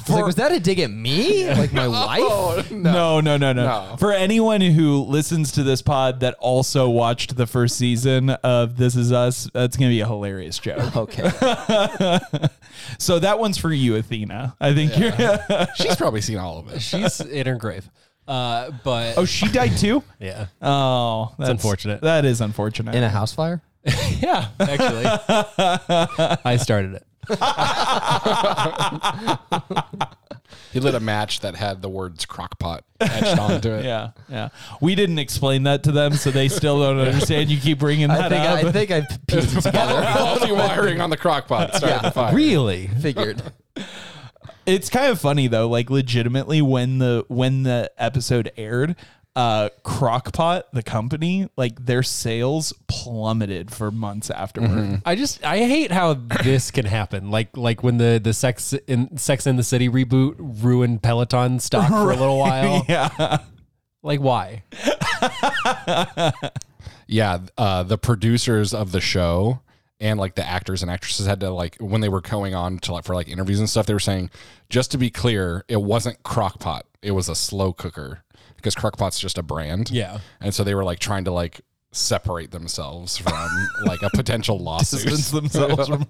Speaker 4: was like, was that a dig at me? Like my wife?
Speaker 3: No, no, no, no,
Speaker 6: No.
Speaker 3: For anyone who listens to this pod that also watched the first season of This Is Us, that's going to be a hilarious joke.
Speaker 4: Okay.
Speaker 3: so that one's for you, Athena. I think you're.
Speaker 6: She's probably seen all of it.
Speaker 5: she's in her grave. Uh, but
Speaker 3: oh, she died too?
Speaker 5: yeah,
Speaker 3: Oh, that's
Speaker 5: unfortunate.
Speaker 3: That is unfortunate.
Speaker 4: In a house fire?
Speaker 5: yeah. Actually, I started it.
Speaker 6: He lit a match that had the words crock pot etched onto it.
Speaker 3: yeah, yeah. We didn't explain that to them, so they still don't understand. You keep bringing that
Speaker 4: I think
Speaker 3: up.
Speaker 4: I, think I pieced it together.
Speaker 6: Faulty wiring on the crock pot started the fire.
Speaker 5: Really?
Speaker 4: Figured.
Speaker 3: It's kind of funny though, like legitimately when the when the episode aired, uh Crockpot, the company, like their sales plummeted for months afterward.
Speaker 5: I just I hate how this can happen. Like like when the the Sex in Sex in the City reboot ruined Peloton stock for a little while.
Speaker 3: Yeah.
Speaker 5: Like why?
Speaker 6: Yeah, uh, the producers of the show and like the actors and actresses had to like when they were going on to like for like interviews and stuff, they were saying just to be clear, it wasn't crock pot, it was a slow cooker because crock pot's just a brand.
Speaker 5: Yeah.
Speaker 6: and so they were like trying to like separate themselves from like a potential lawsuit.
Speaker 3: Distance themselves from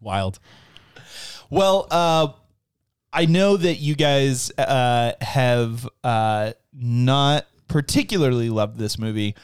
Speaker 5: Wild.
Speaker 3: Well, uh I know that you guys uh, have uh, not particularly loved this movie.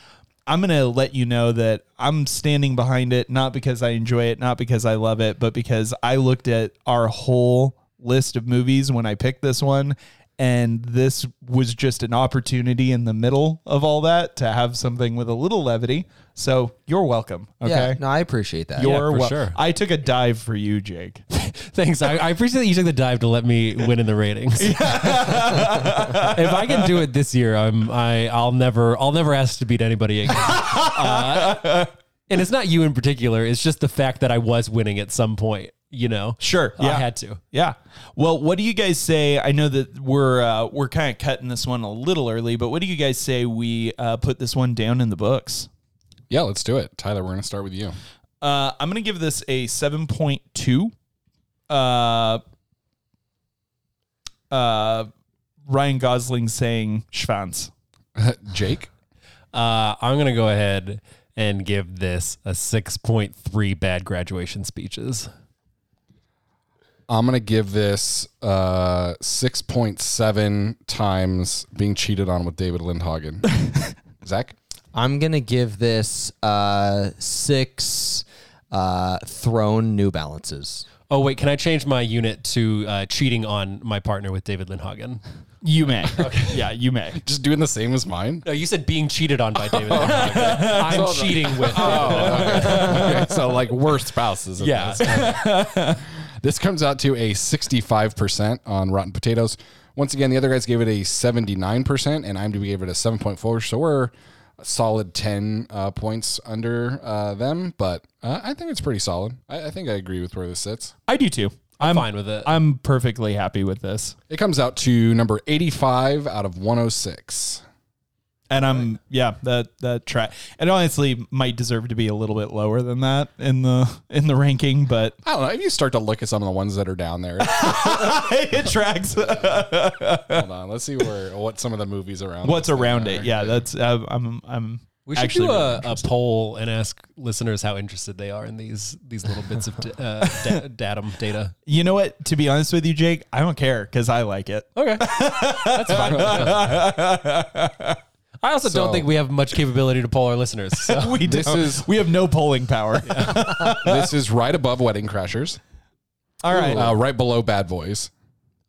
Speaker 3: I'm going to let you know that I'm standing behind it, not because I enjoy it, not because I love it, but because I looked at our whole list of movies when I picked this one. And this was just an opportunity in the middle of all that to have something with a little levity. So you're welcome. Okay.
Speaker 4: Yeah, no, I appreciate that.
Speaker 3: You're
Speaker 5: for
Speaker 3: wel-
Speaker 5: sure.
Speaker 3: I took a dive for you, Jake.
Speaker 5: Thanks. I, I appreciate that you took the dive to let me win in the ratings. if I can do it this year, I'm I I'll never I'll never ask to beat anybody again. Uh, and it's not you in particular. It's just the fact that I was winning at some point. You know.
Speaker 3: Sure.
Speaker 5: I had to.
Speaker 3: Yeah. Well, what do you guys say? I know that we're uh, we're kind of cutting this one a little early, but what do you guys say we uh, put this one down in the books?
Speaker 6: Yeah, let's do it. Tyler, we're going to start with you.
Speaker 3: Uh, I'm gonna give this a 7.2. Uh, uh, Ryan Gosling saying Schwanz.
Speaker 6: Jake?
Speaker 5: Uh, I'm gonna go ahead and give this a 6.3 bad graduation speeches.
Speaker 6: I'm going to give this uh, 6.7 times being cheated on with David Lindhagen. Zach?
Speaker 4: I'm gonna give this uh, six uh, thrown New Balances.
Speaker 5: Oh wait, can I change my unit to uh, cheating on my partner with David Lindhagen?
Speaker 3: You may. Yeah, you may.
Speaker 6: Just doing the same as mine?
Speaker 5: No, you said being cheated on by David. Lindhagen. I'm cheating with.
Speaker 6: Okay, so, like, worst spouses. of
Speaker 5: Yeah.
Speaker 6: this. This comes out to a 65% on Rotten Potatoes. Once again, the other guys gave it a 79%, and IMDb gave it a 7.4. So we're a solid 10 uh, points under uh, them, but uh, I think it's pretty solid. I, I think I agree with where this sits.
Speaker 3: I do too. I'm,
Speaker 5: fine with it.
Speaker 3: I'm perfectly happy with this,
Speaker 6: It comes out to number 85 out of 106.
Speaker 3: and I'm yeah that that track. It honestly might deserve to be a little bit lower than that in the in the ranking, but
Speaker 6: I don't know. If you start to look at some of the ones that are down there,
Speaker 3: it tracks
Speaker 6: hold on. Let's see where what some of the movies around.
Speaker 3: what's
Speaker 6: this thing
Speaker 3: around
Speaker 6: are.
Speaker 3: it. Yeah, that's uh, I'm I'm.
Speaker 5: We should
Speaker 3: actually
Speaker 5: do
Speaker 3: really
Speaker 5: a, a poll and ask listeners how interested they are in these these little bits of da- uh, da- datum data.
Speaker 3: You know what? To be honest with you, Jake, I don't care because I like it.
Speaker 5: Okay, that's fine. I also
Speaker 6: So-
Speaker 5: don't think we have much capability to poll our listeners. So.
Speaker 3: We
Speaker 6: This
Speaker 3: don't-
Speaker 6: is-
Speaker 3: we have no polling power.
Speaker 6: This is right above Wedding Crashers,
Speaker 3: All right.
Speaker 6: uh, right below Bad Boys.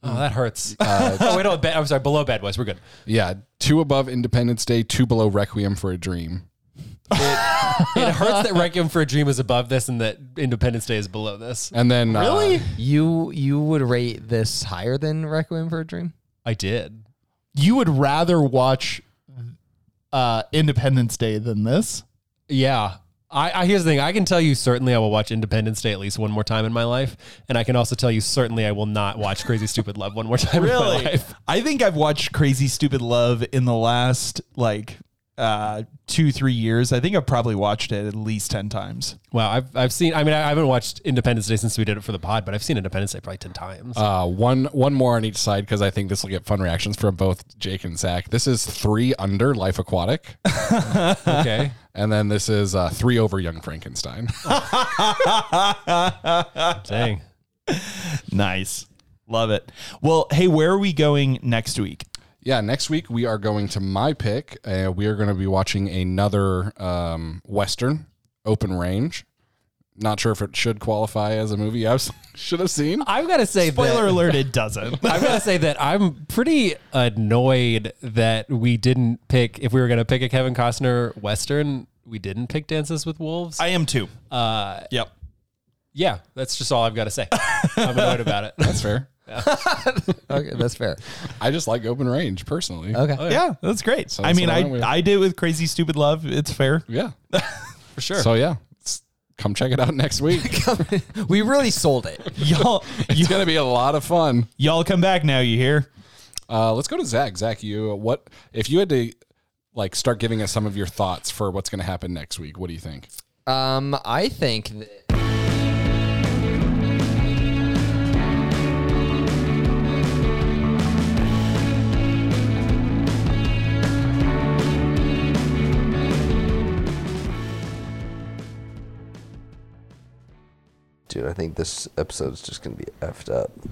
Speaker 5: oh, that hurts. oh wait, no, bad, I'm sorry. Below bad boys, we're good.
Speaker 6: Yeah, two above Independence Day, two below Requiem for a Dream.
Speaker 5: It hurts that Requiem for a Dream is above this and that Independence Day is below this.
Speaker 6: And then uh, really,
Speaker 4: You you would rate this higher than Requiem for a Dream?
Speaker 5: I did.
Speaker 3: you would rather watch uh, Independence Day than this?
Speaker 5: Yeah. I, I here's the thing. I can tell you certainly I will watch Independence Day at least one more time in my life, and I can also tell you certainly I will not watch Crazy Stupid Love one more time. In my
Speaker 3: Really?
Speaker 5: life.
Speaker 3: I think I've watched Crazy Stupid Love in the last like uh, two three years. I think I've probably watched it at least ten times.
Speaker 5: Wow. I've I've seen. I mean, I haven't watched Independence Day since we did it for the pod, but I've seen Independence Day probably ten times.
Speaker 6: Uh, one one more on each side because I think this will get fun reactions from both Jake and Zach. This is three under Life Aquatic,
Speaker 5: okay.
Speaker 6: and then this is uh, three over Young Frankenstein.
Speaker 5: Dang.
Speaker 3: Nice, love it. Well, hey, where are we going next week?
Speaker 6: yeah, next week we are going to my pick. Uh, we are going to be watching another um, Western, Open Range. Not sure if it should qualify as a movie I was, should have seen.
Speaker 5: I've got to say
Speaker 3: Spoiler
Speaker 5: that.
Speaker 3: alert! It doesn't.
Speaker 5: I've got to say that I'm pretty annoyed that we didn't pick. If we were going to pick a Kevin Costner western, we didn't pick Dances with Wolves.
Speaker 3: I am too. Uh, yep.
Speaker 5: yeah, that's just all I've got to say. I'm annoyed about it.
Speaker 6: That's fair.
Speaker 4: Okay, that's fair.
Speaker 6: I just like Open Range personally.
Speaker 4: Okay.
Speaker 3: Yeah, that's great. I
Speaker 6: that's
Speaker 3: mean,
Speaker 6: what why don't we-
Speaker 3: I I did with Crazy Stupid Love. It's fair.
Speaker 6: Yeah.
Speaker 5: for sure.
Speaker 6: So yeah, it's- come check it out next week.
Speaker 4: we really sold it.
Speaker 3: Y'all,
Speaker 6: it's going to be a lot of fun.
Speaker 3: y'all come back now. You hear?
Speaker 6: Uh, let's go to Zach. Zach, you uh, what if you had to like start giving us some of your thoughts for what's going to happen next week? What do you think?
Speaker 4: Um, I think. Th-
Speaker 7: Dude, I think this episode's just gonna be effed up.